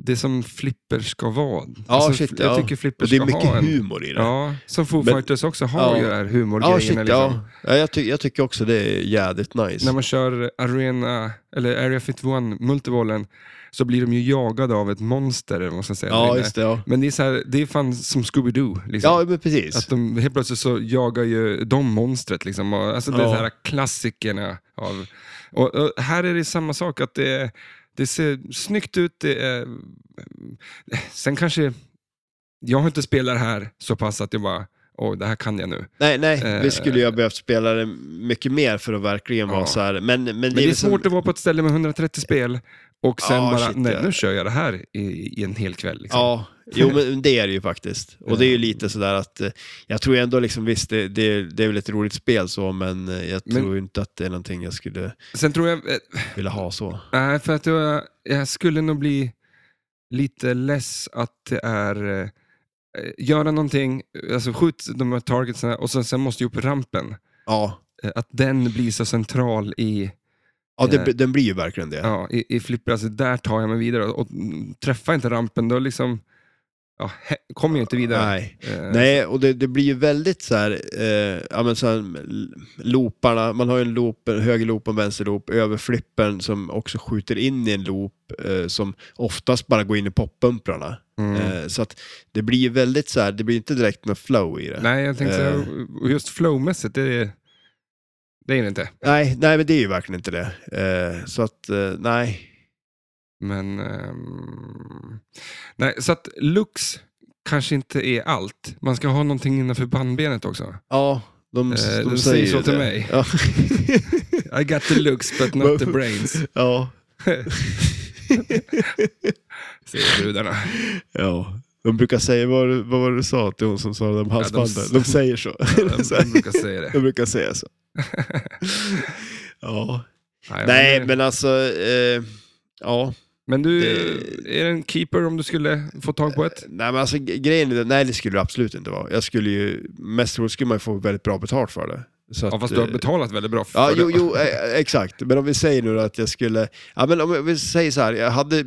det som flipper ska vara. Alltså,
Ja, shit,
jag
ja.
tycker flipper
Och det är
ska ha
mycket
en...
humor i det.
Ja, som Foo
Men-
Fighters också har
Ja.
ju det här
Ja,
humorgrejerna.
shit,
liksom.
ja. ja jag, ty- jag tycker också det är jädrigt nice.
När man kör Arena, eller Area 51, multibollen, så blir de ju jagade av ett monster, eller vad man ska säga. där
ja,
inne.
just det. Ja,
Men det är, så här, det är fan som Scooby-Doo. Liksom.
ja men precis.
Att de, helt plötsligt så jagar ju de monstret. Liksom. Och, Alltså det är
Ja.
så här klassikerna. Av, och, och här är det samma sak, att det, är- det ser snyggt ut. Det är, sen kanske, jag har inte spelat det här så pass att jag bara, oj det här kan jag nu.
Nej, nej.
Eh,
vi skulle ju ha behövt spela det mycket mer för att verkligen
ja.
vara så här. Men, men,
Men det är
väl som-
svårt att vara på ett ställe med 130 spel Och sen
liksom- Ja,
bara,
shit,
nej
ja.
nu kör jag det här i, i en hel kväll. Liksom.
Ja, jo men det är det ju faktiskt. Och det är ju lite sådär att, eh, jag tror ändå liksom visst, det, det, det är väl ett roligt spel så, men eh, jag
Men-
tror ju inte att det är någonting jag skulle
Sen tror jag, eh,
vilja ha så.
nej för att jag, jag skulle nog bli lite less att det är, eh, göra någonting, alltså skjut de här targetsen och sen, sen måste jag upp i rampen.
Ja,
Eh, Att den blir så central i,
ja det,
Eh.
den blir ju verkligen det.
ja, i, i flipper, alltså där tar jag mig vidare. Och, och träffar inte rampen, då liksom, ja, he- kommer jag inte vidare.
Nej.
Eh,
Nej, och det, det blir ju väldigt så här, eh, ja men så här, l- looparna, man har ju en loop, en höger loop och en vänster loop, över flippen som också skjuter in i en loop eh, som oftast bara går in i poppumprarna.
mm.
Eh, så att det blir ju väldigt så här, det blir inte direkt något flow i det.
Nej, jag tänkte
Eh.
säga, och just flowmässigt, det är det är det inte.
Nej, nej, men det är ju verkligen inte det. Eh, så att, eh, nej.
Men, ehm, nej, så att looks kanske inte är allt. Man ska ha någonting innanför bandbenet också.
Ja, de,
Eh,
de,
de
säger
säger så
ju
till
det.
mig.
Ja.
I got the looks but not the brains,
ja.
säger brudarna.
ja. De brukar säga, vad, var det- vad var det du sa till hon som sa det om halsbandet?
s-
de, säger så.
De, de brukar säga det.
de brukar säga så. ja.
Nej,
Nej,
men,
men alltså, eh, ja.
men du,
det-
är det en keeper om du skulle få tag på ett?
Nej, men alltså g- grejen är det, nej det skulle det absolut inte vara. Jag skulle ju, mest troligt skulle man ju få väldigt bra betalt för det. Så
Ja,
att,
fast du har
eh,
betalat väldigt bra för
Ja,
det.
jo, jo, eh, exakt. Men om vi säger nu att jag skulle... Ja, men om vi säger så här, jag hade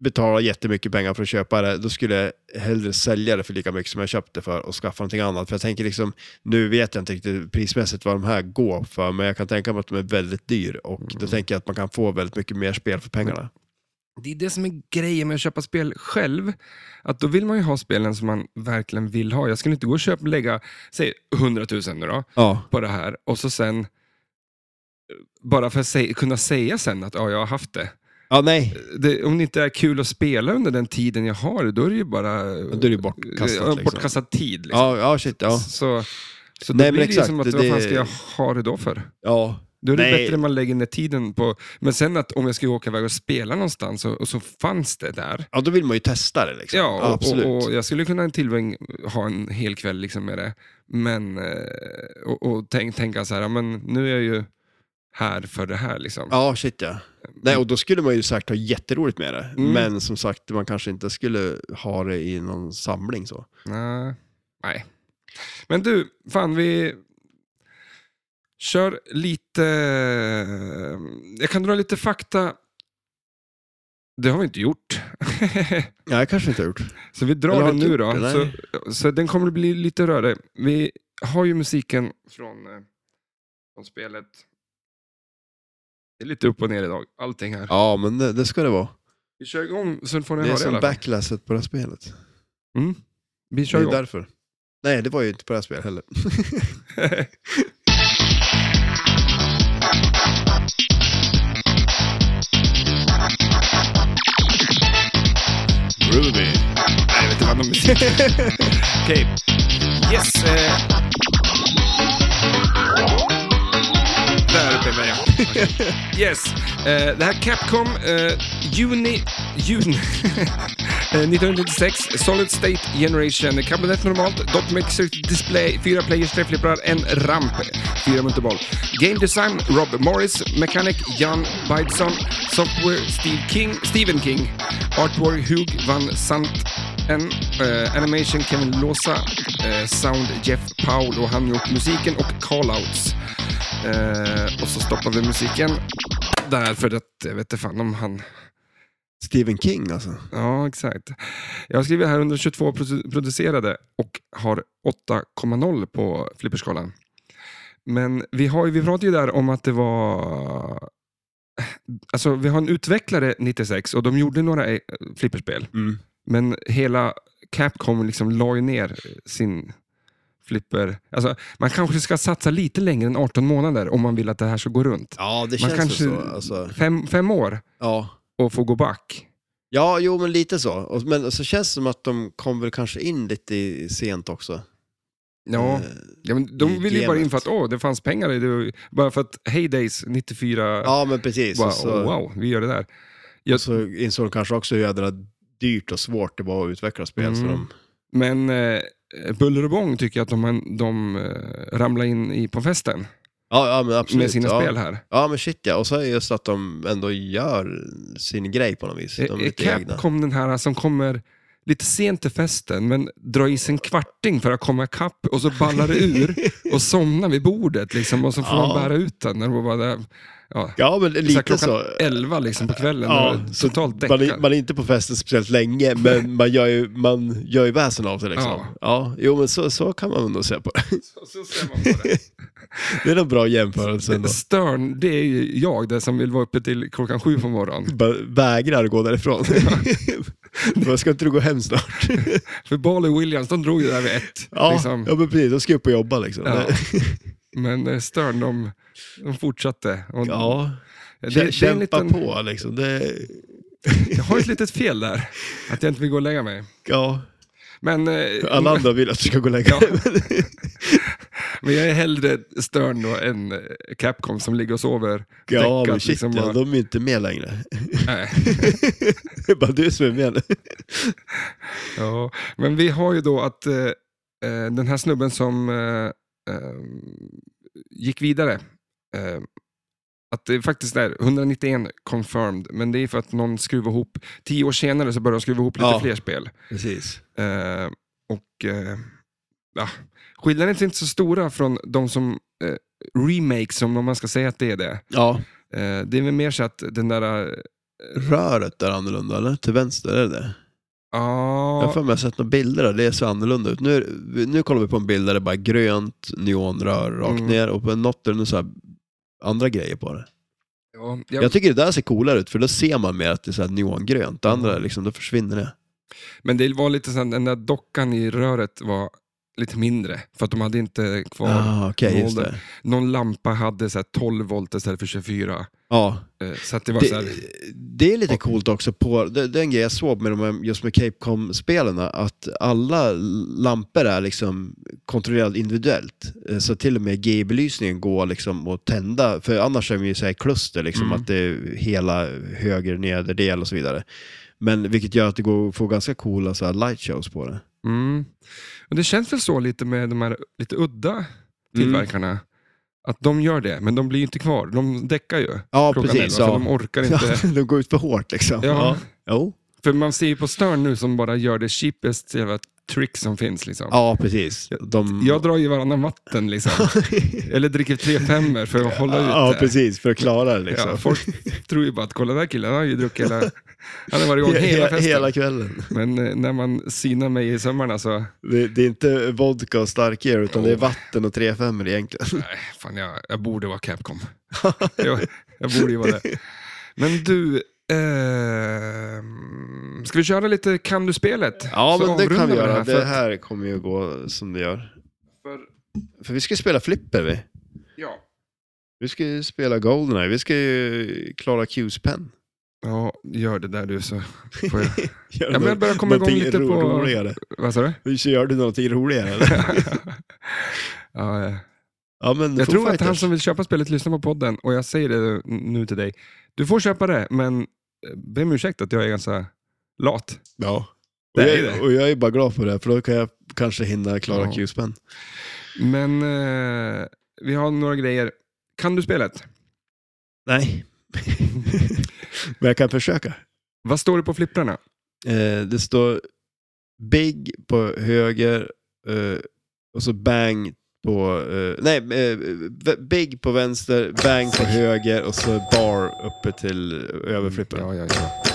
betalat jättemycket pengar för att köpa det, då skulle jag hellre sälja det för lika mycket som jag köpte för och skaffa någonting annat. För jag tänker liksom, nu vet jag inte riktigt prismässigt vad de här går för, men jag kan tänka mig att de är väldigt dyr och då tänker jag att man kan få väldigt mycket mer spel för pengarna.
Det är det som är grejen med att köpa spel själv. Att då vill man ju ha spelen som man verkligen vill ha. Jag skulle inte gå och köpa, lägga, säg 100 000 nu då,
Ja,
på det här och så sen eh, bara för att sä- kunna säga sen att ja, jag har haft det.
ja nej.
det. Om det inte är kul att spela under den tiden jag har det, då är det ju bara
Då är det ju bortkastat.
Ja,
liksom.
bortkastad tid. Liksom.
Ja, ja, shit, ja.
Så, så då
Nej, men
blir det ju
exakt,
som att
det-
vad fan ska jag ha det då för?
ja.
Då är det
Nej.
bättre att man lägger ner tiden på... Men sen att om jag ska åka iväg och spela någonstans och, och så fanns det där.
Ja, då vill man ju testa det liksom.
Ja, och,
absolut.
Och, och jag skulle kunna en tillbring ha en hel kväll liksom med det. Men, eh, och, och tänk, tänka så här, ja, men nu är jag ju här för det här liksom.
Ja, shit ja. Nej, och då skulle man ju säkert ha jätteroligt med det.
Mm.
Men som sagt, man kanske inte skulle ha det i någon samling så.
Nej. Nej. Men du, fan vi kör lite... eh, Jag kan dra lite fakta. Det har vi inte gjort.
Nej, jag kanske inte har gjort.
Så vi
Eller
drar
har
den
inte
nu
gjort
då.
det,
så,
nej.
så den kommer att bli lite rörig. Vi har ju musiken från, eh, från spelet. Det är lite upp och ner idag, allting här.
Ja, men det, det ska det vara.
Vi kör igång så får ni
Det är
höra i
som
alla fall.
backlasset på det här spelet.
Mm. Vi
Det
kör
är
igång.
därför. Nej, det var ju inte på det här spelet heller. Ruby.
Nej, jag vet inte vad de musik. Okej. Yes. Eh. Där uppe var jag. Okej. Yes. Eh, det här Capcom, eh, juni, juni eh, 1996, Solid State Generation, kabinett normalt, Dotmex display, fyra players, tre flipprar, en ramp, fyra multiboll. Game design, Rob Morris, mechanic, Jan Bideson, software, Steve King, Stephen King, artwork, Hugh van Sant, en eh, animation Kevin Låsa, eh, sound Jeff Paul och han gjort musiken och callouts. Eh, och så stoppar vi musiken där för att jag vet inte fan om han...
Stephen King alltså.
Ja, exakt. Jag har skrivit här 122 produ- producerade och har 8,0 på flipperskalan. Men vi, har, ju- vi pratade ju där om att det var... Alltså, vi har en utvecklare 96 och de gjorde några eh, flipperspel. Men hela Capcom liksom la ju ner sin flipper. Alltså, man kanske ska satsa lite längre än 18 månader om man vill att det här ska gå runt.
Ja, det
Man
känns
kanske-
ju så. Alltså.
Fem, fem år
Ja.
och få gå back.
ja, jo men lite så. Och- Men så känns det som att de kom väl kanske in lite i- sent också.
Ja,
Eh,
ja men de
i
ville ju bara in
gamet.
för att åh, det fanns pengar i det. Bara för att Hey Days 94
Ja, men precis.
bara,
Och så-
"Åh, wow, vi gör det där. Jag-
Och så insåg de kanske också hur jädra dyrt och svårt det var att utveckla spel. Så
Mm.
de,
Men eh, buller och bång tycker jag att de, de eh, ramlar in i på festen
ja, ja, men absolut.
med sina
ja.
spel här.
Ja, men shit ja. Och så är det just att de ändå gör sin grej på något vis. De är
Är
lite egna.
Capcom den här som kommer lite sent till festen, men drar i sig en kvarting för att komma ikapp och så ballar det ur och somnar vid bordet. Liksom, och så får
Ja.
man bära ut den. Och bara, där. ja.
Ja, men
så här,
lite
klockan
så.
11 liksom, på kvällen.
Ja,
och
så
totalt
Man är,
däckad.
man är inte på festen speciellt länge, men man gör ju, man gör ju väsen av sig liksom.
Ja.
Ja. jo men så, så kan man nog se på det.
Så- så ser man på det.
Det är en bra jämförelse ändå.
Störn, det är ju jag det som vill vara uppe till klockan sju på morgonen.
Bara vägrar gå därifrån. Bara, ska inte du gå hem snart?
För Bali Williams, de drog ju där vid ett.
Ja,
liksom.
ja men precis, då ska jag upp och jobba liksom.
Ja.
Ja.
Men eh, Stern, de, de fortsatte. Och det, det är en
Mm. Kämpa
liten-
på liksom. Det,
Jag har ett litet fel där, att jag inte vill gå och lägga mig.
ja,
Men, eh,
alla andra vill att du ska gå och lägga
Ja.
dig.
men jag är hellre Stern då än eh, Capcom som ligger och sover.
Ja,
däckat,
men shit
liksom,
ja,
och-
de är inte med längre.
nej.
Det är bara du som är med nu.
Ja, men vi har ju då att eh, eh, den här snubben som eh, eh, gick vidare, eh, att det faktiskt är 191 confirmed, men det är för att någon skruvar ihop, tio år senare så börjar de skruva ihop lite
Ja.
fler spel.
Precis.
Eh, och eh, ja, skillnaden är inte så stora från de som eh, remakes, som om man ska säga att det är det.
Ja.
Eh, det är väl mer så att den där... eh,
Röret är annorlunda, eller? Till vänster, är det det? Jag har
Ja,
för mig jag har sett några bilder där det ser annorlunda ut. Nu, är- nu kollar vi på en bild där det är bara grönt neonrör rakt
Mm.
ner och på något är det så här andra grejer på det.
ja,
Jag tycker det där ser coolare ut för då ser man mer att det är så här neongrönt. Det andra
Mm.
liksom, då försvinner det.
Men det var lite såhär, den där dockan i röret var lite mindre, för att de hade inte kvar...
ah, okej, just
Molden.
det.
Någon lampa hade så här 12 volt istället för 24.
Ja,
Eh, Så att det var så
Det,
här,
det är lite
Och-
coolt också, på, det, det är en grej jag såg med de, här- just med Capcom-spelen, att alla lampor är liksom kontrollerade individuellt. Eh, Så till och med G-belysningen går liksom att tända, för annars är vi ju så här kluster, liksom,
Mm.
att det är hela höger, nederdel och så vidare. Men vilket gör att det går att få ganska coola så här light shows på det.
mm. Och det känns väl så lite med de här lite
Mm.
udda tillverkarna. Att de gör det, men de blir ju inte kvar. De däckar ju
Ja,
klockan
precis.
11, för
Ja.
de orkar inte.
Ja, de går ut för hårt liksom.
Ja.
Jo.
För man ser ju på Stern nu som bara gör det cheapest jävla trick som finns. Liksom.
ja precis. De...
Jag drar ju varannan vatten liksom. Eller dricker tre femmer för att hålla ut
ja,
det.
precis. För att klara det liksom.
Ja, folk tror ju bara att kolla den här killen, han har ju druckit hela, han har varit igång hela festen.
kvällen.
Men eh, när man synar mig i sömmarna så,
Det, det är inte vodka och starköl utan det är vatten och 3-5 egentligen.
nej, fan jag, jag borde vara Capcom. jag, jag borde ju vara det. Men du, eh, ska vi köra lite Kan du-spelet?
Ja,
Så
men det
avrundar
kan vi
det
göra.
här, för
Det
att-
här kommer ju gå som det gör.
För-
För vi ska ju spela flipper vi.
Ja.
Vi ska ju spela Goldeneye. Vi ska ju klara Q's pen.
ja, gör det där du så får jag...
Gör
Ja, men jag börjar komma igång
någonting
lite på-
roligare.
Vad sa du?
Gör du någonting roligare eller?
ja, eh,
Ja, men
jag
Foo
tror att
Fighters.
han som vill köpa spelet lyssnar på podden och jag säger det nu till dig. Du får köpa det, men eh, be om ursäkt att jag är ganska lat.
Ja. Och
Det är
jag,
det.
och jag är bara glad för det, för då kan jag kanske hinna klara
Ja.
Q's pen.
Men eh, vi har några grejer. Kan du spelet?
Nej. men jag kan försöka.
Vad står det på flipprarna?
Eh, det står Big på höger eh, och så Bang på... Eh, nej, eh, v- Big på vänster, Bang på höger och så Bar uppe till överflippen. Ja,
Ja, ja, ja.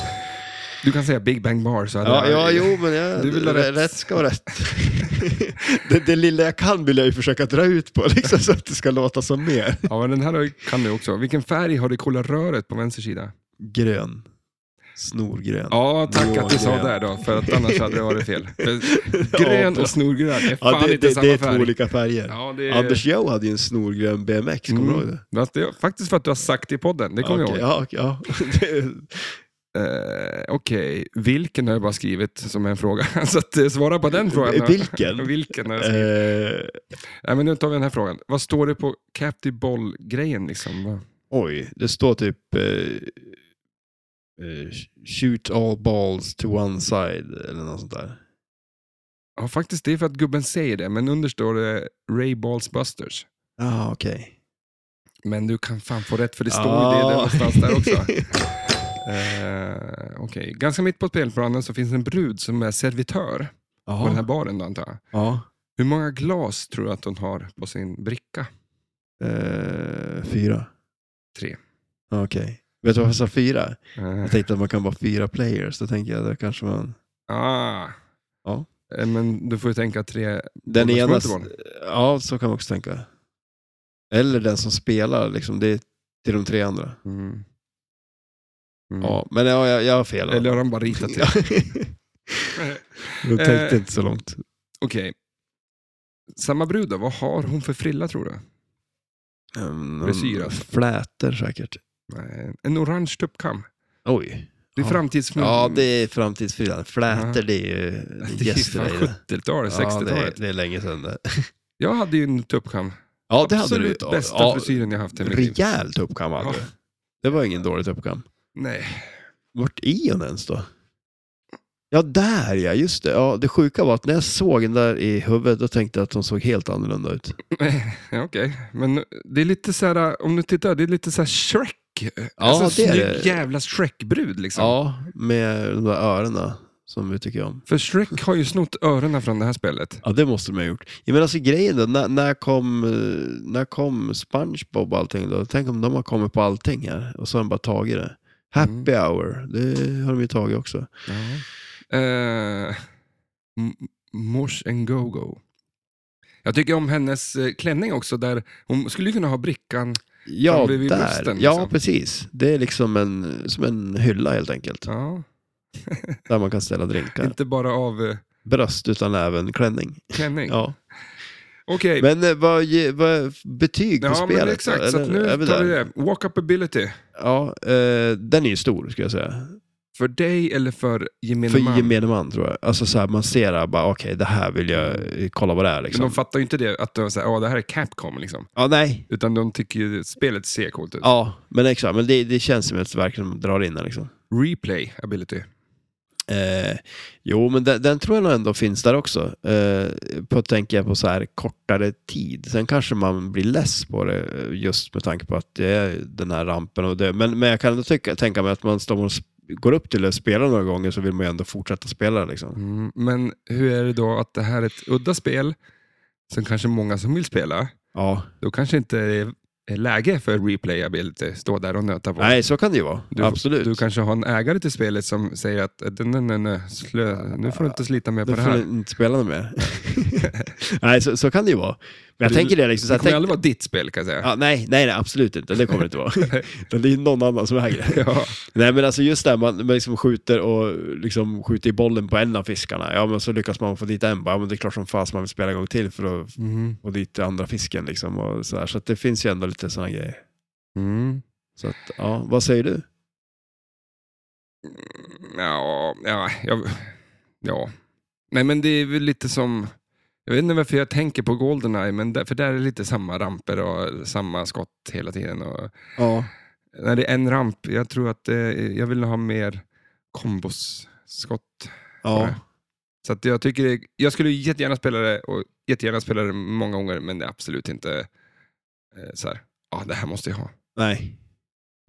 Du kan säga Big Bang Bar. Så hade
Mm, ja,
jag-
jo, men jag,
Du vill ha
rätt.
rätt.
ska vara rätt. det, det lilla jag kan vill jag ju försöka dra ut på, liksom, så att det ska låta som mer.
ja, men den här har ju- kan du också. Vilken färg har det coola röret på vänster sida?
Grön. Snorgrön.
Ja, tack
Ja,
att du sa
grön.
där då, för att annars hade det varit fel. För grön
bra.
och snorgrön är fan
Ja, det,
inte
det,
samma
det är
färg.
två olika färger.
Ja, det är...
Anders Joe hade ju en snorgrön BMX, kommer du ihåg det?
Mm. Fast det är Faktiskt för att du har sagt det i podden, det kommer
Okej,
jag ihåg.
ja, okej, ja. Det-
Eh, Okej, vilken har jag bara skrivit som en fråga? Så att, eh, svara på den frågan. då.
Vilken?
vilken har jag skrivit?
Eh,
Nej, men nu tar vi den här frågan. Vad står det på Captive Ball-grejen? Liksom? Vad-
oj, det står typ eh, eh, sh- shoot all balls to one side eller något sånt där.
Ja, faktiskt det är för att gubben säger det, men under står det Ray Balls Busters.
Ja, ah, okej.
Men du kan fan få rätt för det står ju
Ah.
det där någonstans där också. Eh, Okej, ganska mitt på spelplanen så finns en brud som är servitör på den här
Ja,
baren då antar jag.
ja.
Hur många glas tror du att hon har på sin bricka?
Eh, fyra.
Tre.
Ja, Okej. Vet du varför jag sa fyra?
Eh,
Jag tänkte att man kan vara fyra players. Då tänker jag att kanske man...
ah.
Ja.
Eh, Men du får ju tänka tre
Den
bollar som
ena...
inte var det.
Ja, så kan man också tänka. Eller den som spelar, liksom, det är till de tre andra.
Mm. Mm.
Ja, men ja, jag, jag har fel.
Eller har han bara ritat till?
Ja. Jag tänkte
Eh.
inte så långt.
Okej. Samma brud då, vad har hon för frilla tror du?
Um,
Frisyr, alltså.
Flätor säkert.
Nej, Eh, En orange tuppkam.
Oj.
Det är
Ja.
framtidsfilm.
Ja, det är framtidsfrillan. Flätor,
Ja.
det är ju
det är fan
yesterday. det.
70-talet,
Ja, det, är,
60-talet.
det är länge sedan det.
Jag hade ju en tuppkam.
Ja, det hade du.
Absolut bästa
ja,
frisyren jag haft i mitt liv.
Rejäl tuppkam hade
Ja.
du. Det var ingen dålig tuppkam.
Nej.
Vart är hon ens då? Ja, där ja, just det. Ja, det sjuka var att när jag såg den där i huvudet, då tänkte jag att hon såg helt annorlunda ut.
Ja, Okej, men det är lite så här, om du tittar, det är lite så här Shrek. Ja, alltså,
det är
snygg
det.
jävla Shrek-brud liksom.
Ja, med de där öronen som vi tycker om.
För Shrek har ju snott öronen från det här spelet.
Ja, det måste de ha gjort. Ja, men alltså grejen då, när, när, kom, eh, när kom SpongeBob och allting då? Tänk om de har kommit på allting här och så har de bara tagit det. Happy
Mm.
hour, det har de ju tagit också.
Eh, M- Mors and Go-Go. Jag tycker om hennes eh, klänning också, där hon skulle ju kunna ha brickan.
Ja,
Framme vid
där.
brösten,
ja
liksom.
precis. Det är liksom en, som en hylla helt enkelt.
Ja,
Där man kan ställa drinkar.
inte bara av eh,
Bröst utan även klänning.
klänning.
Ja.
Okej,
Men eh, vad, ge- vad betyg på
ja,
spelet?
men
då?
exakt. Så att
Eller- är
nu tar
där?
vi det. Walk-up ability.
Ja, eh, den är ju stor skulle jag säga.
För dig eller för gemene
För
man?
gemene man tror jag. Alltså så här, man ser det här, bara okej, det här vill jag eh, kolla vad det är
Men
liksom.
de fattar ju inte det, att de säger, ja det här är Capcom liksom.
Ja, nej.
Utan de tycker ju att spelet ser coolt ut.
Ja, men exakt. Men det, det känns som att det verkligen drar in den liksom.
Replay ability.
Eh, jo, men den, den tror jag nog ändå finns där också. Eh, på tänker jag på så här kortare tid. Sen kanske man blir less på det eh, just med tanke på att det är den här rampen och det. Men, men jag kan ändå tycka, tänka mig att man står och sp- går upp till det och spelar några gånger så vill man ju ändå fortsätta spela det, liksom.
Mm, men hur är det då att det här är ett udda spel, som kanske många som vill spela,
Ja.
då kanske inte är- är läge för replay ability, stå där och nöta på.
Nej, så kan det ju vara.
Du,
Absolut.
Du kanske har en ägare till spelet som säger att "Eh, nej, nej, nej, slö, nu får du inte slita mer på
Då
det
får du
här.
inte spela något mer. nej, så, så kan det ju vara. Men jag
Det-
tänker det liksom... Så
Det
här,
kommer
tänk-
aldrig vara ditt spel kan jag säga.
ja, nej, nej, nej, absolut inte. Det kommer det inte vara. Utan det är någon annan som äger det.
Ja.
Nej, men alltså just det här, man, man liksom skjuter och liksom skjuter i bollen på en av fiskarna. Ja, men så lyckas man få dit en. Bara, Ja, men det är klart som fas man vill spela en gång till för att
Mm.
få dit andra fisken. Liksom, och så här. så att det finns ju ändå lite sådana grejer.
Mm.
Så att, ja, vad säger du?
Ja, ja, jag, ja. Nej, men det är väl lite som... Jag vet inte varför jag tänker på Goldeneye, men där, för där är det lite samma ramper och samma skott hela tiden. Och,
Ja.
när det är en ramp, jag tror att eh, jag vill ha mer kombosskott.
Ja,
Så att jag, tycker det, jag skulle jättegärna spela det, och jättegärna spela det många gånger, men det är absolut inte eh, så här, ja, det här måste jag ha.
nej.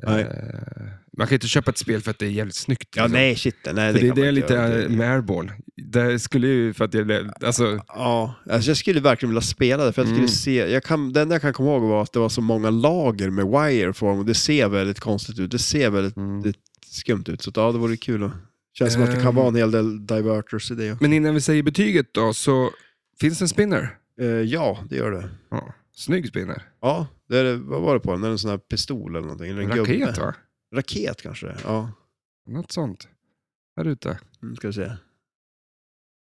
Nej.
Eh, man kan inte köpa ett spel för att det är jävligt snyggt.
Ja,
liksom.
nej, shit. Nej,
För det,
kan
det
man
är
inte
lite
göra. Det-
äh, med airball. Det skulle ju för att jag... Alltså,
Ja, alltså jag skulle verkligen vilja spela det. För jag skulle
Mm.
se, jag kan, det enda jag kan komma ihåg var att det var så många lager med wireform och det ser väldigt konstigt ut. Det ser väldigt
mm.
det- skumt ut. Så att, ja, det vore kul. att- Känns som att det kan
Ehm.
vara en hel del diverters i det.
Men innan vi säger betyget då, så finns det en spinner.
Eh, ja, det gör det.
Ja. Snygg spinner.
Ja, det är, det- vad var det på den? Det är en sån här pistol eller någonting. Eller en
Raket
gubbe.
va?
Raket kanske det är. Ja,
Något sånt. Där ute.
mm, ska vi se. Ja,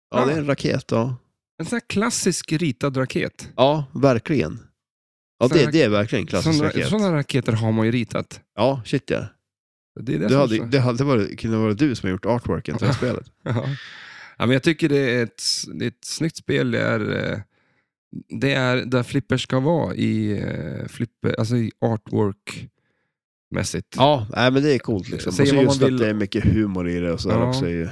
Ja.
det är en raket. Ja,
En sån här klassisk ritad raket.
ja verkligen. Ja,
Sån
det,
här-
det är verkligen en klassisk
Såna,
raket.
såna raketer har man ju ritat.
Ja, shit ja.
Det är det
Det
som är
hade,
så-
det hade varit, kunde vara du som har gjort artworken till det här spelet.
Ja. Ja, men jag tycker det är ett, det är ett snyggt spel. Det är, eh, det är där flippers ska vara i, eh, flipper, alltså i artwork. mässigt.
Ja, nej, men det är coolt liksom.
Säger
och så
vad man
just att
vill.
det är mycket humor i det och sådär
Ja.
också. är Ju.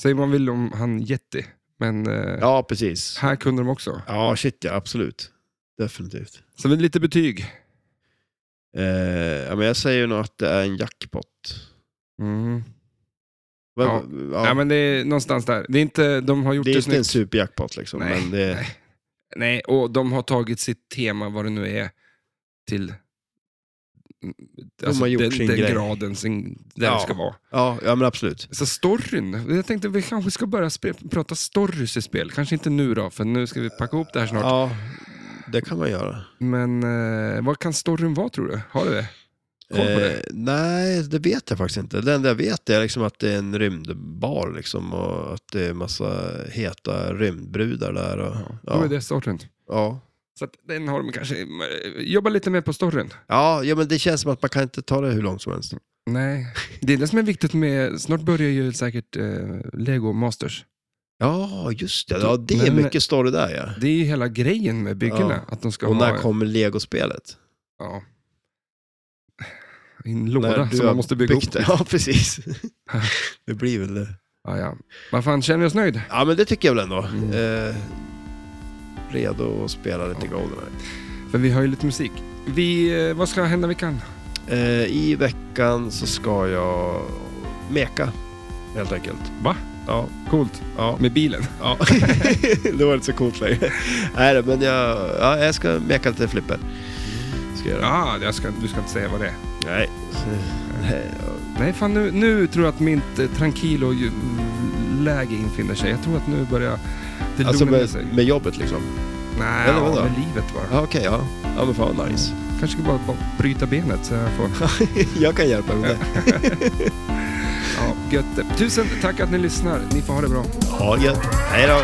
Säg vad man vill om han Yeti, men eh,
Ja, precis.
här kunde de också.
Ja, shit ja, absolut. Definitivt.
Sen lite betyg.
Eh, ja, men jag säger nog att det är en jackpot.
Mm.
Men,
Ja.
ja.
Ja. men det är någonstans där. Det är inte, de har gjort
det
det,
är inte en
snyggt.
superjackpot liksom,
Nej,
men det är
nej. Nej, och de har tagit sitt tema, vad det nu är, till mm, alltså
har gjort
den,
sin
den
grej.
graden sin, där
Ja.
det ska vara.
ja, ja, men absolut.
Så storyn, jag tänkte vi kanske ska börja spe- prata stories i spel. Kanske inte nu då, för nu ska vi packa ihop det här snart.
Ja, det kan man göra.
Men eh, vad kan storyn vara tror du? Har du det? Koll på det?
Eh, nej, det vet jag faktiskt inte. Det enda jag vet är liksom att det är en rymdbar liksom, och att det är massa heta rymdbrudar där. Och,
Ja.
ja.
Då är det storyn.
Ja.
Så att den har de kanske, eh, jobba lite mer på storyn.
Ja, ja, men det känns som att man kan inte ta det hur långt som helst.
Nej, det är det som är viktigt med, snart börjar ju säkert eh, Lego Masters.
Ja, just det. Ja, det är
Men-
mycket story där ja.
Det är ju hela grejen med byggena,
Ja.
att de ska
Och
ha
när kommer legospelet?
ja, en
När
låda
du
som
har
man måste bygga
byggt
upp.
det. Ja, precis. det blir väl det.
Ja, ja. Vad fan, känner vi oss nöjd?
Ja, men det tycker jag väl ändå.
Mm.
Eh, redo att spela lite Goldeneye.
För vi har ju lite musik. Vi, eh, vad ska hända veckan?
Eh, I veckan så ska jag meka, helt enkelt.
Va?
Ja,
Coolt.
ja,
Med bilen.
ja. det var inte så coolt längre. Nej, då, men jag, ja, jag ska meka lite flipper. Ska jag göra.
Ja, jag ska, du ska inte säga vad det är.
Nej. Nej,
Nej, fan nu, nu tror jag att mitt eh, tranquilo-läge infinner sig. Jag tror att nu börjar det
Alltså
lugna ner
med,
sig.
med jobbet liksom?
Nej,
eller
ja,
vadå?
med livet bara.
Ja, okej, ja. Ja, men fan vad nice.
Kanske ska bara, bara bryta benet så jag får...
jag kan hjälpa med det.
Ja, gött. Tusen tack att ni lyssnar. Ni får ha det bra.
Ja, gött. Hej då.